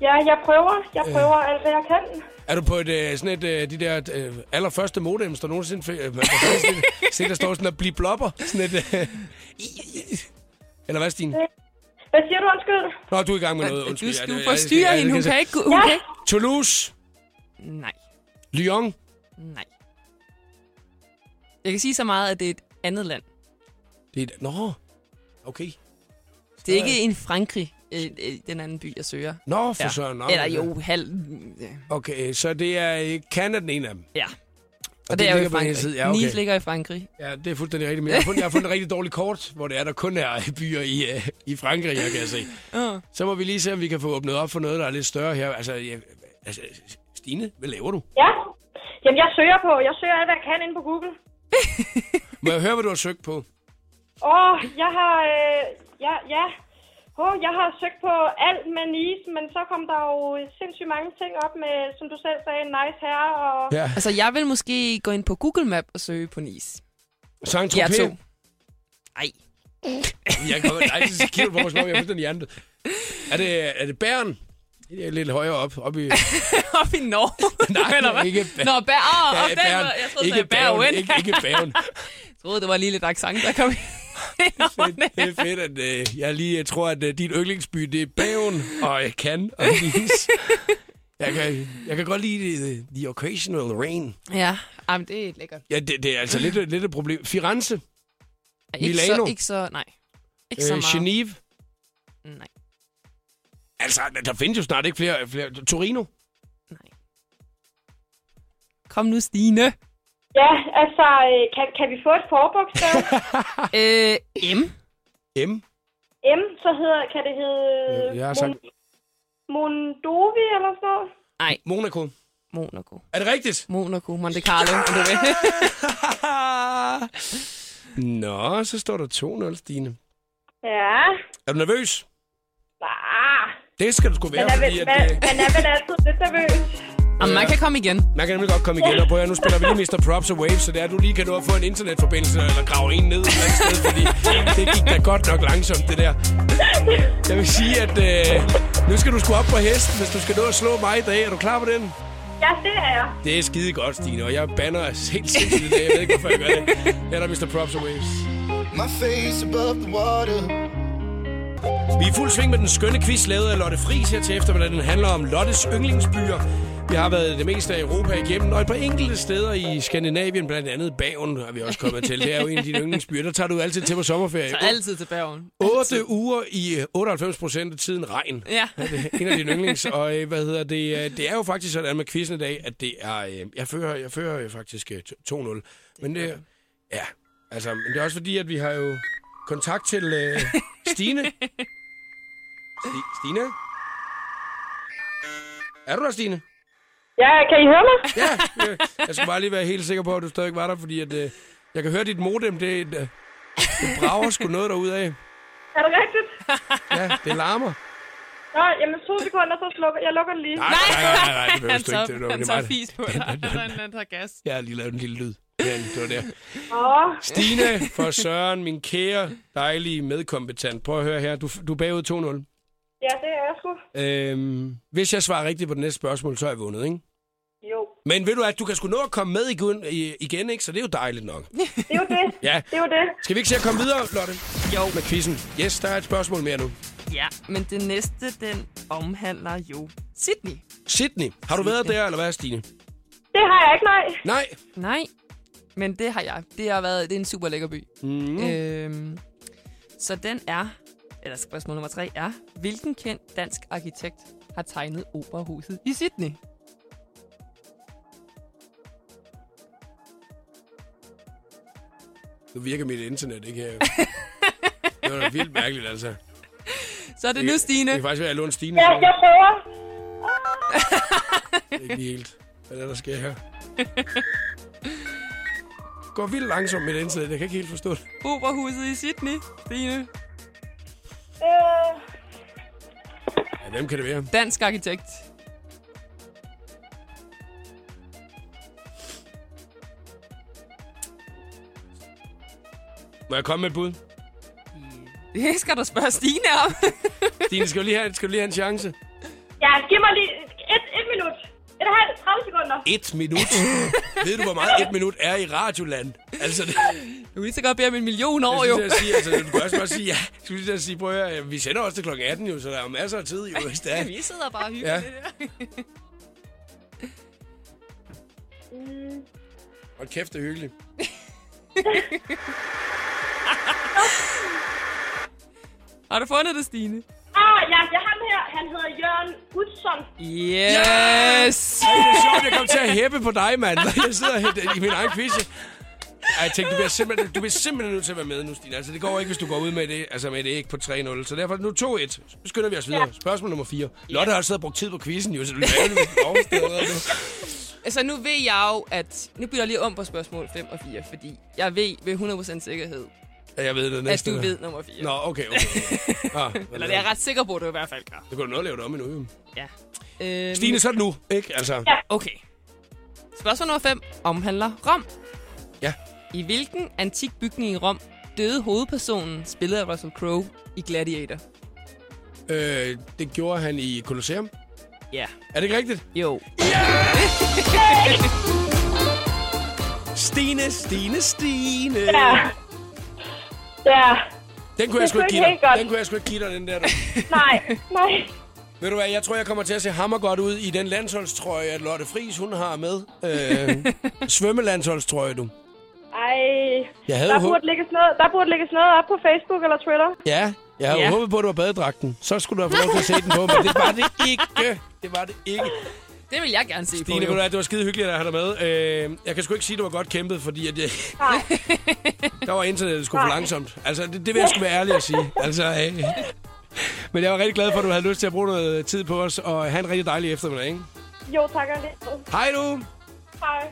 F: ja, jeg prøver. Jeg prøver alt, hvad jeg kan.
A: Er du på et, øh, sådan et, øh, de der øh, allerførste modems, der nogensinde fik... Øh, man kan faktisk se- se, der står sådan at blive blopper. Sådan et, øh, eller hvad, Stine?
F: Hvad siger du, undskyld?
A: Nå, du er i gang med noget.
B: Du,
A: Undskyld. Ja, det-
B: du
A: ja, det- ja,
B: forstyrrer
A: det
B: hende, hun
A: jeg
B: kan ikke... Hun kan ikke.
A: se. Toulouse,
B: Nej,
A: Lyon,
B: nej. Jeg kan sige så meget, at det er et andet land.
A: det er... et- Nå, okay.
B: Det er ikke en Frankrig, øh, øh, den anden by, jeg søger.
A: Nå, for ja. søren. Nå,
B: Eller
A: men-
B: jo, halv... Ja.
A: Okay, så det er øh, Canada den ene af dem.
B: Ja. Og,
A: det
B: det, er jo
A: ligger
B: i
A: på den
B: Frankrig.
A: ene side, ja, okay.
B: Nice ligger i Frankrig.
A: Ja, det er fuldstændig rigtigt. Men jeg har fundet, jeg har fundet et rigtig dårligt kort, hvor det er, der kun er byer i, øh, i Frankrig, jeg kan se.
B: Uh.
A: Så må vi lige se, om vi kan få åbnet op for noget, der er lidt større her. Altså, jeg, altså Stine, hvad laver du?
F: Ja. Jamen, jeg søger på, jeg søger alt, hvad jeg kan inde på Google.
A: Må jeg høre, hvad du har søgt på?
F: Åh, jeg har, øh, ja, ja. Åh, jeg har søgt på alt med Nice, men så kom der jo sindssygt mange ting op med, som du selv sagde, nice herre og...
A: Ja.
B: Altså, jeg vil måske gå ind på Google Map og søge på Nice.
A: Sankt
B: Jeg to.
A: Tropez.
B: Ej.
A: Jeg kommer, nej, så kigger du på mig, som om jeg er fuldstændig hjernet. Er det, er det bæren? Det er lidt højere op, op i...
B: Op i Norge.
A: Nej,
B: Eller hvad?
A: ikke bæ-
B: Nå, bær. Oh,
A: Ja,
B: ja, den,
A: bæren.
B: var- jeg troede,
A: Ikke
B: det var
A: bæren,
B: bær
A: ikke- ikke bæren.
B: jeg troede, det var lige lidt accent, der kom ind.
A: Det er fedt, at øh, jeg lige jeg tror, at øh, din yndlingsby, det er Baven og øh, Cannes og Nice. Jeg kan, jeg kan godt lide the, the occasional rain.
B: ja, jamen, det er lækkert.
A: Ja, det, det er altså lidt, lidt et problem. Firenze,
B: Ej, Ikke
A: Milano.
B: så, ikke så, nej. Ikke så
A: øh,
B: meget.
A: Geneve.
B: Nej,
A: Altså, der- der findes jo snart ikke flere. flere. Torino.
B: nej. Kom nu, Stine.
F: Ja, altså, øh, kan, kan vi få et forbogstav?
B: øh, M.
A: M.
F: M, så hedder, kan det hedde...
A: Øh, jeg har sagt-
F: Mon- Mondovi eller sådan noget?
B: Nej,
A: Monaco.
B: Monaco.
A: Er det rigtigt?
B: Monaco, Monte Carlo, om du vil.
A: Nå, så står der 2-0, Stine.
F: Ja,
A: Er du nervøs?
F: ah,
A: Det skal du sgu
F: man,
A: være,
F: er vel,
A: fordi at,
F: man,
A: øh,
F: man er vel altid lidt nervøs.
B: Jamen, man kan komme igen.
A: man kan nemlig godt komme igen. Og prøv at høre, nu spiller vi lige Mr. Props og Waves, så det er, at du lige kan nå at få en internetforbindelse eller grave en ned et eller andet sted, fordi det gik da godt nok langsomt, det der. Jeg vil sige, at øh, nu skal du sgu op på hesten, hvis du skal nå at slå mig i dag. Er du klar på den?
F: Ja, det er jeg.
A: Det er skide godt, Stine, og jeg banner helt sindssygt i dag. Jeg ved ikke, hvorfor jeg gør det. Her er der Mr. Props og Waves.
G: My face above the water.
A: Vi er i fuld sving med den skønne quiz, lavet af Lotte Friis her til eftermiddag. Den handler om Lottes yndlingsbyer. Vi har været det meste af Europa igennem, og et par enkelte steder i Skandinavien, blandt andet Bagen, har vi også kommet til. Det er jo en af dine yndlingsbyer. Der tager du altid til på sommerferie.
B: Så altid til Bergen.
A: 8 uger i øh, 98 procent af tiden regn.
B: Ja.
A: Det er en af dine yndlings. Og øh, hvad hedder det? øh, Det er jo faktisk sådan med quizzen i dag, at det er... øh, Jeg fører, jeg fører øh, faktisk øh, 2-0. Men det, er- ja, altså, men det er også fordi, at vi har jo kontakt til øh, Stine. Sti Stine? Er du der, Stine?
F: Ja, kan I høre mig?
A: Ja, øh, jeg skulle bare lige være helt sikker på, at du stadig var der, fordi at, øh, jeg kan høre dit modem, det, det, det brager sgu noget derudad.
F: Er det rigtigt?
A: Ja, det larmer.
F: Nå, jamen to sekunder, så slukker jeg lukker den lige.
A: Nej, nej, nej, nej, det behøver
B: Han
A: du ikke. Det, var-
B: tager, han
A: det,
B: tager
A: var mig.
B: fis på dig. Han, han tager gas.
A: Jeg har lige lavet en lille lyd. Ja, det var der.
F: Åh,
A: Stine for Søren, min kære, dejlige medkompetent. Prøv at høre her. Du, du er bagud 2-0.
F: ja, det er jeg sgu.
A: Øhm, hvis jeg svarer rigtigt på det næste spørgsmål, så er jeg vundet, ikke?
F: Jo,
A: Men ved du at du kan sgu nå at komme med igen, i- igen ikke? Så det er jo dejligt nok.
F: det er jo det.
A: Ja.
F: Det er jo det.
A: Skal vi ikke se at komme videre, Lotte? Jo. Med quizzen. Yes, der er et spørgsmål mere nu.
B: Ja, men det næste, den omhandler jo Sydney.
A: Sydney. Har du været der, eller hvad, Stine?
F: Det har jeg ikke, nej.
A: Nej.
B: Nej, men det har jeg. Det har været det er en super lækker by.
A: Mm.
B: Øhm, så den er, eller spørgsmål nummer tre er, hvilken kendt dansk arkitekt har tegnet operahuset i Sydney?
A: Nu virker mit internet ikke her. Det var da vildt mærkeligt, altså.
B: Så er det nu, Stine.
A: Det kan faktisk være, at jeg lånte Stine.
F: Ja, jeg prøver.
A: Ikke lige helt. Hvad er det, der sker her? Går vildt langsomt med det internet. Jeg kan ikke helt forstå det.
B: Operahuset i Sydney, Stine.
F: Øh,
A: Ja, hvem kan det være?
B: Dansk arkitekt.
A: Må jeg komme med et bud?
B: Det skal du spørge Stine om.
A: Stine, skal du lige have, skal du lige have en chance?
F: ja, giv mig lige et, et minut. Et og halvt, 30 sekunder.
A: Et minut. Ved du, hvor meget et minut er i Radioland? Altså, det,
B: Du kan lige så godt bede om en million år,
A: jeg
B: jo.
A: skulle lige til at sige, altså, du kan også bare sige, ja. Jeg skulle lige til at sige, prøv at høre, vi sender også til klokken 18 jo, så der er jo masser af tid jo, hvis det er.
B: Vi sidder bare og hygger
A: Ja.
B: ja. det der.
A: Og kæft, det er hyggeligt.
B: Har du fundet det, Stine?
F: Ah, ja, jeg ham her, han hedder Jørgen Utzon.
B: Yes!
A: Ej, det er sjovt, jeg kom til at hæppe på dig, mand. Jeg sidder helt i min egen quiz. Ej, jeg tænkte, du bliver, simpelthen, du bliver simpelthen nødt til at være med nu, Stine. Altså, det går ikke, hvis du går ud med det, altså med det ikke på 3-0. Så derfor nu 2-1. Så skynder vi os videre. Spørgsmål nummer 4. Lotte har siddet og brugt tid på quizzen, jo, så du laver det med overstået nu.
B: Altså, nu ved jeg jo, at... Nu bliver jeg lige om på spørgsmål 5 og 4, fordi jeg ved ved 100% sikkerhed,
A: Ja, Jeg ved det
B: at
A: næste.
B: du ved nummer 4.
A: Nå, okay, okay. okay. Ah,
B: Eller det er jeg ret sikker på, at du i hvert fald gør.
A: Det kunne du noget lave det om endnu. jo.
B: Ja. Øhm,
A: Stine, så er det nu, ikke? Altså,
B: Okay. Spørgsmål nummer 5 omhandler Rom.
A: Ja.
B: I hvilken antik bygning i Rom døde hovedpersonen, spillet af Russell Crowe, i Gladiator?
A: øh, det gjorde han i Colosseum.
B: Ja.
A: Er det ikke rigtigt?
B: Jo.
A: Stine, Stine, Stine.
F: Ja. Ja.
A: Den kunne jeg
F: Det
A: sgu ikke
F: gik
A: give dig.
F: helt godt.
A: Den kunne jeg sgu ikke give dig, den der. du.
F: Nej. Nej.
A: Ved du hvad, jeg tror, jeg kommer til at se hammer godt ud i den landsholdstrøje, at Lotte Friis, hun har med. Øh, svømmelandsholdstrøje, du.
F: Ej.
A: Jeg havde
F: Der
A: håb-
F: burde, lægges noget, der burde lægges noget op på Facebook eller Twitter.
A: Ja, jeg havde
B: Ja.
A: ja. håbet på, at det var badedragten. Så skulle du have fået lov til at se den på, men det var det ikke. Det var det ikke.
B: Det vil jeg gerne se
A: Stine, ved
B: på.
A: du
B: jo.
A: hvad, det var skide hyggeligt at have dig med. Øh, jeg kan sgu ikke sige, at det var godt kæmpet, fordi at jeg,
F: Nej.
A: der var internettet sgu for langsomt. Altså, det, det vil jeg sgu være ærlig at sige. Altså, øh. Men jeg var rigtig glad for, at du havde lyst til at bruge noget tid på os, og have en rigtig dejlig eftermiddag, ikke?
F: Jo, tak og lige. måde.
A: Hej du!
F: Hej.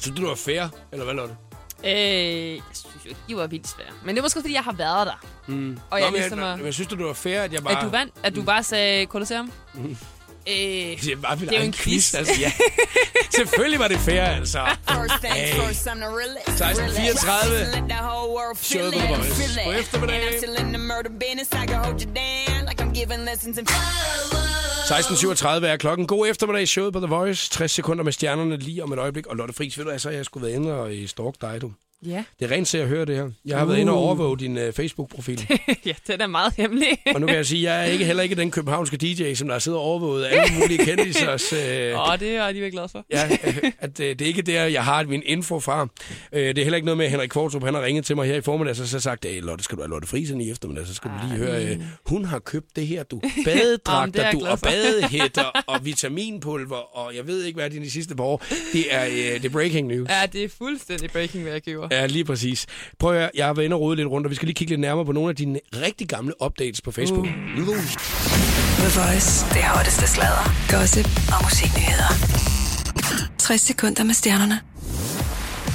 A: Synes du, det var fair, eller hvad, Lotte?
B: Øh, jeg synes jo ikke, de var vildt svære. Men det er måske, fordi jeg har været der. Mm. Og jeg
A: Nå, men
B: ligesom
A: jeg,
B: er...
A: men jeg synes, du, det var fair, at jeg bare...
B: At du vandt? At du bare sagde Colosseum? Mm. Øh,
A: Det var min
B: Det er jo
A: egen
B: en quiz.
A: altså, ja. Selvfølgelig var det fair, altså. Hey. 16.34. Showet på The Voice. God eftermiddag. 16.37 er klokken. God eftermiddag i showet på The Voice. 60 sekunder med stjernerne lige om et øjeblik. Og Lotte Friis, ved du altså, jeg skulle være inde og øh, stalk dig, du.
B: Ja.
A: Det er rent til at høre det her. Jeg har været inde og
B: Uh.
A: overvåge din øh, Facebook-profil.
B: ja, den er meget hemmelig.
A: Og nu kan jeg sige, at jeg er ikke, heller ikke den københavnske DJ, som der sidder og overvåget alle mulige kendisers... Øh,
B: Åh, det er de vel glade for.
A: Ja, øh, at øh, det er ikke der, jeg har min info fra. Øh, det er heller ikke noget med, at Henrik Kvartrup, han har ringet til mig her i formiddag, så så sagt, at Lotte, skal du have Lotte Friesen i eftermiddag, så skal du lige høre, øh, hun har købt det her, du.
B: Jamen, det er
A: Badedragter,
B: jeg
A: du,
B: glad
A: og
B: for.
A: badehætter, og vitaminpulver, og jeg ved ikke, hvad det er de sidste par år. Det er, øh, det er breaking news.
B: Ja, det er fuldstændig breaking, hvad jeg giver.
A: Ja, lige præcis. Prøv at høre, jeg har været inde og rode lidt rundt, og vi skal lige kigge lidt nærmere på nogle af dine rigtig gamle updates på Facebook. Uh.
C: The Voice. Det hotteste sladder, gossip og musiknyheder. 60 sekunder med stjernerne.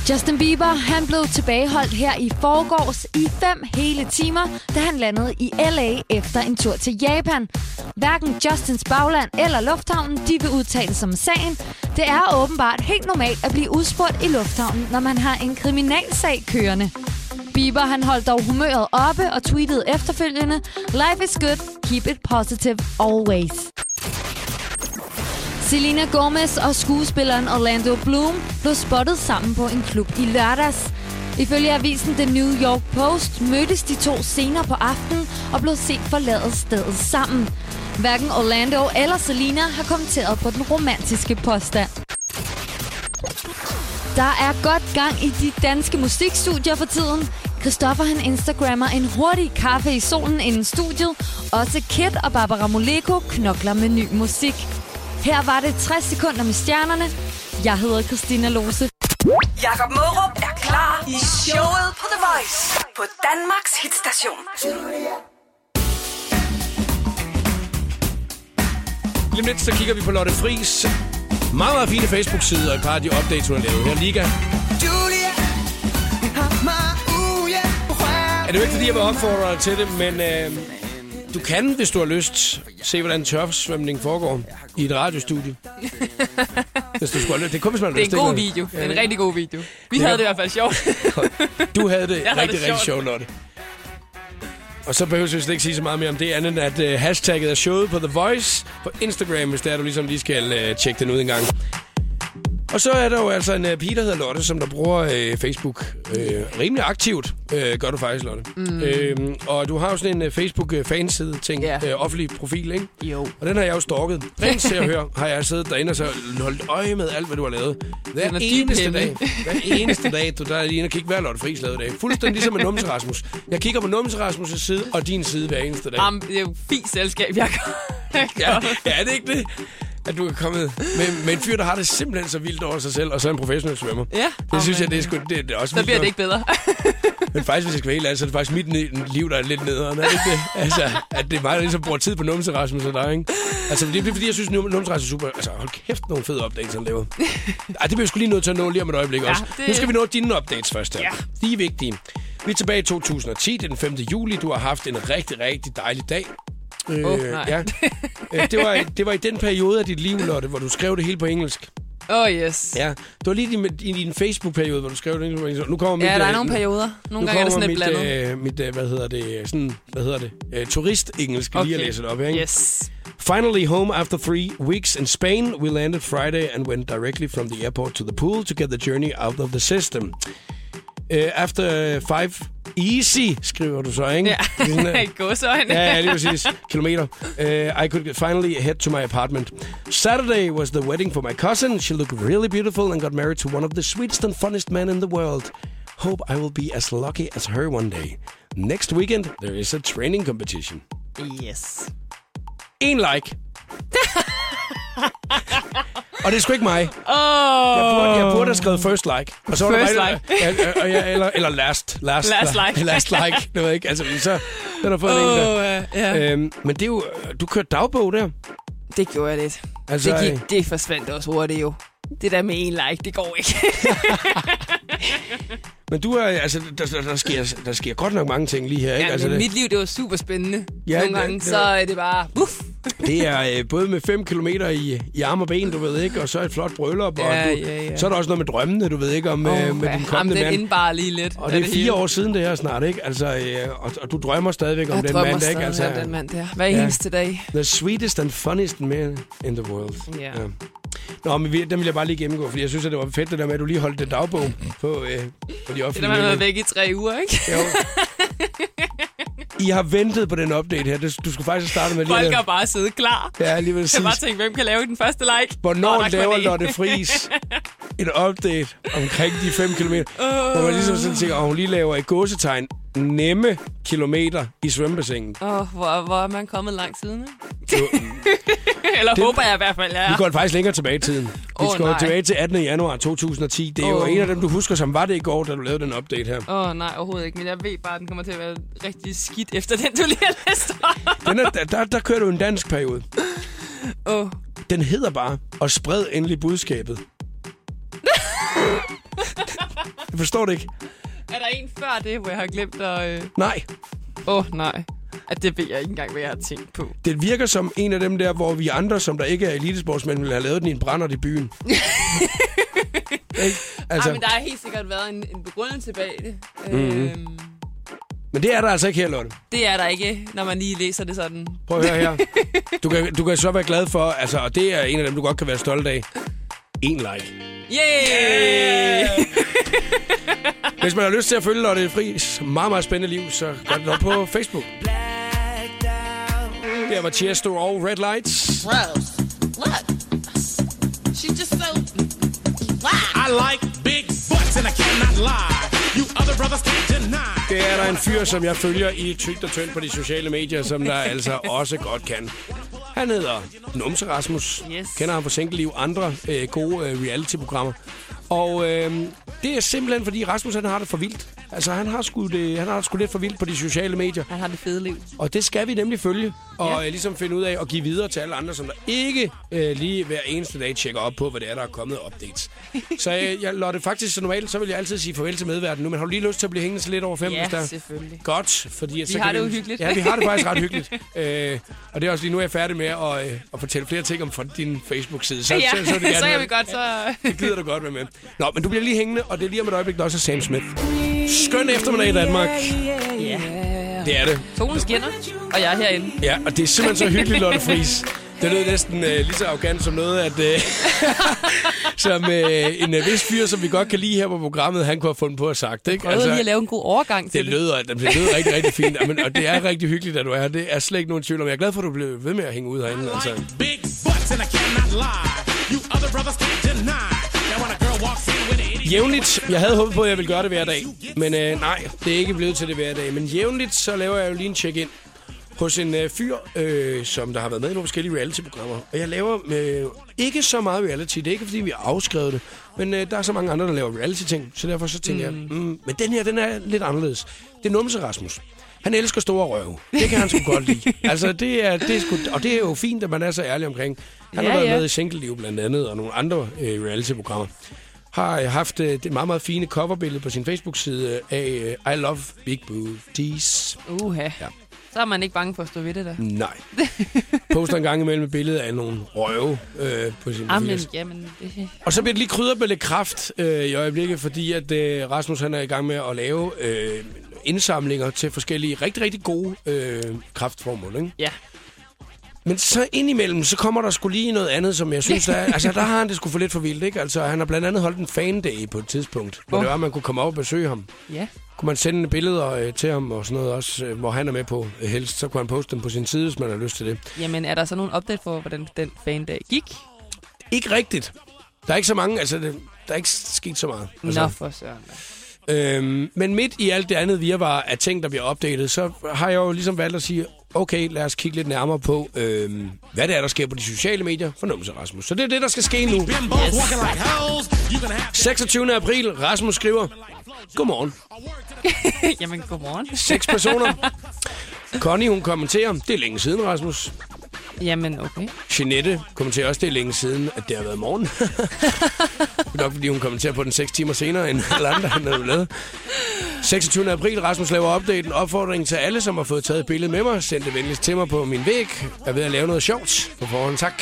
D: Justin Bieber, han blev tilbageholdt her i forgårs i fem hele timer, da han landede i LA efter en tur til Japan. Hverken Justins bagland eller lufthavnen, de vil udtale sig om sagen. Det er åbenbart helt normalt at blive udspurgt i lufthavnen, når man har en kriminalsag kørende. Bieber han holdt dog humøret oppe og tweetede efterfølgende, Life is good, keep it positive always. Selena Gomez og skuespilleren Orlando Bloom blev spottet sammen på en klub i lørdags. Ifølge avisen The New York Post mødtes de to senere på aftenen og blev set forlade stedet sammen. Hverken Orlando eller Selena har kommenteret på den romantiske påstand. Der er godt gang i de danske musikstudier for tiden. Christoffer han instagrammer en hurtig kaffe i solen inden studiet. Også Kit og Barbara Moleko knokler med ny musik. Her var det 60 sekunder med stjernerne. Jeg hedder Christina Lose.
C: Jakob Mørup er klar i showet på The Voice på Danmarks hitstation.
A: Lige om lidt, så kigger vi på Lotte Friis. Meget, meget fine Facebook-sider og et par af de updates, hun har lavet. Her er Liga. Er det jo ikke, fordi jeg vil opfordre dig til det, men øh, du kan, hvis du har lyst, se, hvordan tørfsvømning foregår i et radiostudie. hvis du skulle have lyst. Det er kun, hvis man har
B: Det er
A: lyst.
B: en god
A: ikke?
B: video. Det er en rigtig god video. Vi havde det i hvert fald sjovt.
A: Du havde det
B: Jeg havde
A: rigtig, rigtig
B: det sjovt.
A: sjovt, Lotte. Og så behøver vi slet ikke sige så meget mere om det andet, end at uh, hashtagget er showet på The Voice på Instagram, hvis det er, du ligesom lige skal uh, tjekke den ud en gang. Og så er der jo altså en uh, pige, der hedder Lotte, som der bruger uh, Facebook uh, rimelig aktivt. Uh, gør du faktisk, Lotte. Mm. Uh, og du har jo sådan en uh, Facebook-fanside-ting,
B: Ja.
A: yeah. uh, offentlig profil, ikke?
B: Jo.
A: Og den har jeg jo stalket. Rent til at høre, har jeg siddet derinde og så holdt øje med alt, hvad du har lavet. Hver
B: Den er dyb
A: eneste
B: henne.
A: dag, hver eneste dag, du der er lige inde og kigge, hvad Lotte Friis lavede i dag. Fuldstændig ligesom med Numse Rasmus. Jeg kigger på Numse Rasmus' side og din side hver eneste dag.
B: Jamen, det er jo fint selskab, jeg kom.
A: Ja, ja, er det ikke det? At du er kommet med, med en fyr, der har det simpelthen så vildt over sig selv, og så er en professionel svømmer.
B: Ja.
A: Det synes jeg, det er, sgu, det, det er også
B: Så
A: vildt
B: bliver det
A: nok.
B: ikke bedre.
A: Men faktisk, hvis jeg skal være helt ærlig, så er det faktisk mit ne- liv, der er lidt nederen. Er det ikke det? Altså, at det er mig, der ligesom bruger tid på numse Rasmus og dig, ikke? Altså, det er fordi, jeg synes, numse Rasmus er super... Altså, hold kæft, nogle fede updates, han laver. Ej, det bliver vi sgu lige nødt til at nå lige om et øjeblik ja, også.
B: det-
A: Det... Nu skal vi nå dine updates først her. Ja. De er vigtige. Vi er tilbage i 2010, det er den 5. juli. Du har haft en rigtig, rigtig dejlig dag.
B: Åh, nej.
A: ja. Øh, det, var, det var i den periode af dit liv, Lotte, hvor du skrev det hele på engelsk.
B: Åh, oh, yes. Ja,
A: Ja, det var lige din, i din Facebook-periode, hvor du skrev det. Nu kommer mit,
B: ja der er
A: øh,
B: nogle perioder.
A: nu
B: Nogle gange er det
A: kommer
B: sådan lidt
A: mit,
B: blandet.
A: øh, mit, øh, hvad hedder det, sådan, hvad hedder det, øh, turist-engelsk, okay. lige at læse det op, ikke?
B: Yes.
A: Finally home after three weeks in Spain, we landed Friday and went directly from the airport to the pool to get the journey out of the system. Uh, after uh, five easy, skriver du så, ikke?
B: Ja,
A: Det er sådan, øh,
B: godsøjne.
A: Ja, ja, lige præcis. Kilometer. Uh, I could finally head to my apartment. Saturday was the wedding for my cousin. She looked really beautiful and got married to one of the sweetest and funnest men in the world. Hope I will be as lucky as her one day. Next weekend, there is a training competition.
B: Yes.
A: En like. Og det er sgu ikke mig.
B: Åh,
A: Jeg burde, jeg burde have skrevet first like. Og så var
B: First
A: der, bare- Ja, ja, ja, eller, eller last. Last,
B: Last like.
A: last like. Det ved jeg ikke. Altså, så den har du fået oh, en der.
B: åh, ja, ja.
A: Øhm, men det er jo, du kørte dagbog der.
B: Det gjorde jeg lidt.
A: Altså,
B: Det, gik, det forsvandt også hurtigt jo. Det der med en like, det går ikke.
A: Men du er, altså, der, der, der, sker, der sker godt nok mange ting lige her, ikke?
B: Ja,
A: altså,
B: men
A: det,
B: mit liv, det var super spændende.
A: Ja,
B: Ja, Nogle
A: det-
B: gange,
A: det
B: så
A: var-
B: er det bare, uff.
A: det er øh, både med 5 km i, i arm og ben, du ved ikke, og så et flot bryllup, og
B: Ja,
A: du,
B: ja, ja.
A: så er der også noget med drømmene, du ved ikke, om oh, øh, med din kommende
B: den
A: mand.
B: indbar lige lidt.
A: Og
B: af
A: det er fire
B: hele.
A: år siden det her snart, ikke? Altså, øh, og, og du drømmer stadigvæk om
B: jeg
A: den
B: drømmer
A: mand, ikke?
B: stadig
A: Altså,
B: om den mand der. Hver
A: Ja.
B: eneste dag.
A: The sweetest and funniest man in the world.
B: Ja.
A: Nå, men vi- den vil jeg bare lige gennemgå, fordi jeg synes, at det var fedt det der med, at du lige holdt det dagbog på, øh, på de offentlige
B: Det der, man har
A: medier.
B: været væk i tre uger, ikke?
A: Jo. I har ventet på den update her. Det- Du skulle faktisk starte med lige...
B: Folk har
A: at-
B: bare siddet klar.
A: Ja, lige ved at
B: Jeg
A: sige.
B: har bare tænkt, hvem kan lave den første like? Nå,
A: Hvornår
B: nok
A: laver
B: var det.
A: Lotte Friis en update omkring de 5 km? Hvor man ligesom sådan tænker, at hun lige laver et gåsetegn nemme kilometer i svømmebassinet.
B: Åh, oh, hvor, hvor er man kommet langt siden, ikke?
A: Jo,
B: Eller det... håber jeg i hvert fald, jeg
A: Vi
B: er.
A: går faktisk længere tilbage i tiden. Vi
B: Åh,
A: skal jo
B: nej.
A: tilbage til 18. januar 2010. Det er jo
B: Åh.
A: en af dem, du husker, som var det i går, da du lavede den update her.
B: Åh, oh, nej, overhovedet ikke. Men jeg ved bare, at den kommer til at være rigtig skidt efter den, du lige har læst op.
A: Den er, der, der, der kører du en dansk periode.
B: Åh, oh,
A: Den hedder bare, og spred endelig budskabet. Jeg forstår det ikke.
B: er der en før det, hvor jeg har glemt at... øh,
A: Nej,
B: Åh, øh... oh, nej. At det ved jeg ikke engang, hvad jeg har tænkt på.
A: det virker som en af dem der, hvor vi andre, som der ikke er elitesportsmænd, ville have lavet den i en brændert i byen. Ikke?
B: Altså...
A: altså, Mhm.
B: Ej, men der har helt sikkert været en, en begrundelse bag det. Mm-hmm. Øhm,
A: men det er der altså ikke her, Lotte.
B: det er der ikke, når man lige læser det sådan.
A: Prøv at høre her. Du kan, du kan så være glad for, altså, og det er en af dem, du godt kan være stolt af. En like.
B: Yay! Yeah!
A: Hvis man har lyst til at følge Lotte Friis meget, meget spændende liv, så gør det op på Facebook. Der var Tiesto og Red Lights.
H: Rose, look. She's just so. Wow.
I: I like big butts and I cannot lie. You other brothers can't deny.
A: Det er der en fyr, som jeg følger i tygt og tyndt på de sociale medier, som der altså også godt kan. Han hedder Numse Rasmus.
B: Yes.
A: Kender ham på Single-liv, andre øh, gode øh, reality-programmer. Og øh, det er simpelthen, fordi Rasmus han har det for vildt. Altså, han har, sgu det, han har det sgu lidt for vildt på de sociale medier.
B: Han har det fede liv.
A: Og det skal vi nemlig følge, og
B: Ja.
A: ja. ligesom finde ud af og give videre til alle andre, som der ikke øh, lige hver eneste dag tjekker op på, hvad det er, der er kommet af updates. så øh, jeg, Lotte, faktisk så normalt, så vil jeg altid sige farvel til medverden nu, men har du lige lyst til at blive hængende til lidt over fem,
B: Ja,
A: hvis der...
B: selvfølgelig.
A: Godt, fordi... Vi så
B: har
A: kan
B: det
A: vi-
B: jo hyggeligt.
A: Ja, vi har det faktisk ret hyggeligt. Øh, og det er også lige nu, jeg er færdig med at, øh, at fortælle flere ting om fra din Facebook-side. Så,
B: Ja,
A: vil jeg
B: så
A: gerne
B: kan
A: have-
B: vi godt så...
A: det gider du godt være med. Nå, men du bliver lige hængende, og det er lige om et øjeblik, der også er Sam Smith. Skøn eftermiddag i Danmark.
B: Yeah.
A: Det er det.
B: Solen skinner, og jeg er herinde.
A: Ja, og det er simpelthen så hyggeligt, Lotte Friis. Det lød næsten øh, lige så arrogant som noget, at øh, som øh, en øh, vis fyr, som vi godt kan lide her på programmet, han kunne have fundet på at have sagt. Ikke? Altså,
B: Prøvede lige at lave en god overgang til
A: det
B: det.
A: lød, det lød rigtig, rigtig fint, Jamen, og det er rigtig hyggeligt, at du er her. Det er slet ikke nogen tvivl om. Jeg er glad for, at du blev ved med at hænge ud herinde. Altså.
I: Like big butts and I cannot lie. You other brothers can't deny. Now when a girl walks in with an idiot.
A: Jævnligt, jeg havde håbet på, at jeg ville gøre det hver dag, men øh, nej, det er ikke blevet til det hver dag. Men jævnligt, så laver jeg jo lige en check-in. hos en øh, fyr, øh, som der har været med i nogle forskellige reality-programmer. Og jeg laver øh, ikke så meget reality. Det er ikke, fordi vi har afskrevet det. Men øh, der er så mange andre, der laver reality-ting. Så derfor så tænker mm. jeg, mm, men den her, den er lidt anderledes. Det er Numse Rasmus. Han elsker store røve. Det kan han sgu godt lide. Altså, det er, det er sgu, og det er jo fint, at man er så ærlig omkring. Han har
B: Ja,
A: været
B: ja.
A: med i Single blandt andet, og nogle andre øh, reality-programmer. Har øh, haft øh, det meget, meget fine coverbillede på sin Facebook-side af øh, I Love Big Booties.
B: Uha.
A: Ja.
B: Så er man ikke bange for at stå ved det der.
A: Nej. Poster en gang imellem et billede af nogle røve øh, på sin
B: Jamen,
A: profil.
B: jamen, det,
A: Og så bliver det lige krydret med lidt kraft øh, i øjeblikket, fordi at øh, Rasmus han er i gang med at lave øh, indsamlinger til forskellige rigtig, rigtig gode øh, kraftformål. Ikke?
B: ja.
A: Men så indimellem, så kommer der sgu lige noget andet, som jeg synes, der er, altså der har han det sgu for lidt for vildt, ikke? Altså han har blandt andet holdt en fan-day på et tidspunkt, hvor
B: Åh.
A: det var, at man kunne komme op og besøge ham.
B: Ja.
A: Kunne man sende billeder øh, til ham og sådan noget også, øh, hvor han er med på øh, helst, så kunne han poste dem på sin side, hvis man har lyst til det.
B: Jamen, er der så nogen update for, hvordan den fandag gik?
A: Ikke rigtigt. Der er ikke så mange, altså det, der er ikke sket så meget. Altså,
B: Nå, for søren. da.
A: Øhm, men midt i alt det andet virvar af ting, der bliver opdateret, så har jeg jo ligesom valgt at sige, okay, lad os kigge lidt nærmere på, øhm, hvad det er, der sker på de sociale medier for Numse Rasmus. Så det er det, der skal ske nu.
I: Bimbos walking like hoes. You can have
A: 26. april, Rasmus skriver, Godmorgen.
B: Jamen, godmorgen.
A: Seks personer. Connie, hun kommenterer, det er længe siden, Rasmus.
B: Jamen, okay.
A: Jeanette kommenterer også, det er længe siden, at det har været morgen. det er nok, fordi hun kommenterer på den 6 timer senere, end alle andre han havde lavet. 26. april, Rasmus laver opdateringen. Opfordringen til alle, som har fået taget et billede med mig, send det venligst til mig på min væg. Jeg er ved at lave noget sjovt på forhånd, tak.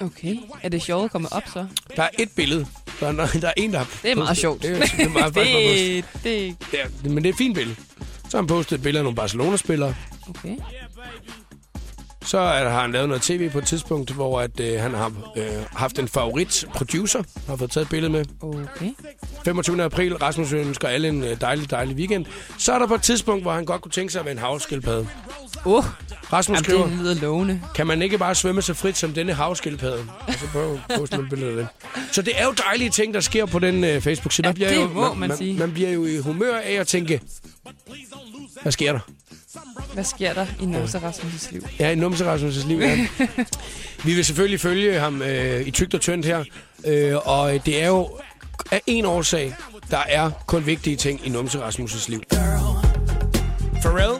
B: Okay. Er det sjovt at komme op, så?
A: Der er et billede. Der er, der er en, der har
B: Det er meget
A: postet.
B: sjovt.
A: Det er, det er meget, faktisk meget postet.
B: det, det,
A: det er, men det er et fint billede. Så har han postet et billede af nogle Barcelona-spillere.
B: okay.
A: Så er- har han lavet noget tv på et tidspunkt, hvor at, øh, han har øh, haft en favorit-producer, har fået taget et billede med.
B: Okay.
A: 25. april, Rasmus ønsker alle en øh, dejlig, dejlig weekend. Så er der på et tidspunkt, hvor han godt kunne tænke sig at være en havskildpadde.
B: Uh,
A: Rasmus
B: jamen,
A: skriver,
B: det lyder lovende.
A: kan man ikke bare svømme så frit som denne havskildpadde? Og så prøver at poste nogle billeder af det. Så det er jo dejlige ting, der sker på den øh, Facebook-side. Man
B: Ja,
A: bliver
B: det
A: jo,
B: må man sige.
A: man bliver jo i humør af at tænke, hvad sker der?
B: Hvad sker der i Numse Rasmus' liv?
A: Ja, i numse Rasmus' liv, ja. Vi vil selvfølgelig følge ham øh, i tygt og tyndt her, øh, og øh, det er jo af en årsag, der er kun vigtige ting i numse Rasmus' liv. Pharrell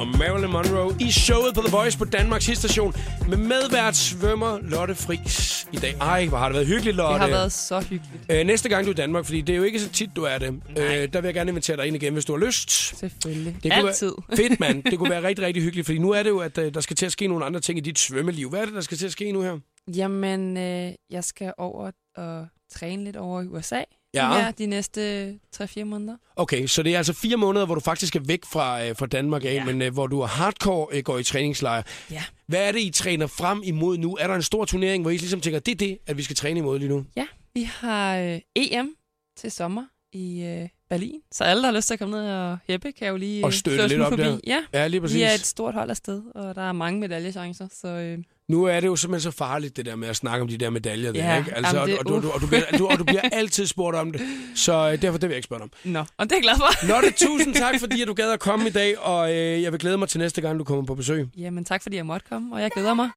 A: og Marilyn Monroe i showet på The Voice på Danmarks station med medvært svømmer Lotte Friis i dag. Ej, hvor har det været hyggeligt, Lotte.
B: Det har været så hyggeligt,
A: Øh, næste gang du er i Danmark, fordi det er jo ikke så tit, du er det, øh, der vil jeg gerne invitere dig ind igen, hvis du har lyst.
B: selvfølgelig.
A: Det kunne
B: Altid.
A: Være, fedt, mand. Det kunne være rigtig, rigtig hyggeligt, fordi nu er det jo, at øh, der skal til at ske nogle andre ting i dit svømmeliv. Hvad er det, der skal til at ske nu her?
B: Jamen, øh, jeg skal over og træne lidt over i USA.
A: Ja.
B: Her de næste 3-4 måneder.
A: Okay, så det er altså fire måneder, hvor du faktisk er væk fra, øh, fra Danmark af, ja. men øh, hvor du er hardcore øh, går i træningslejr.
B: Ja.
A: Hvad er det, I træner frem imod nu? Er der en stor turnering, hvor I ligesom tænker, det er det, at vi skal træne imod lige nu?
B: Ja, vi har øh, EM til sommer i øh, Berlin. Så alle, der har lyst til at komme ned og hæppe, kan jo lige øh,
A: Og støtte
B: slå os
A: lidt
B: nu
A: op
B: forbi.
A: der.
B: Ja,
A: Ja, lige præcis.
B: vi er et stort hold afsted, og der er mange medaljechancer. Så øh,
A: Nu er det jo simpelthen så farligt, det der med at snakke om de der medaljer. der,
B: Ja,
A: ikke? Altså,
B: jamen, det-
A: og, du, og, du, og, du bliver, du, og du bliver altid spurgt om det, så øh, derfor det vil jeg ikke spørge dig om.
B: nå, og det er jeg glad for.
A: Lotte, tusind tak, fordi at du gad at komme i dag, og øh, jeg vil glæde mig til næste gang, du kommer på besøg.
B: Jamen tak, fordi jeg måtte komme, og jeg glæder mig.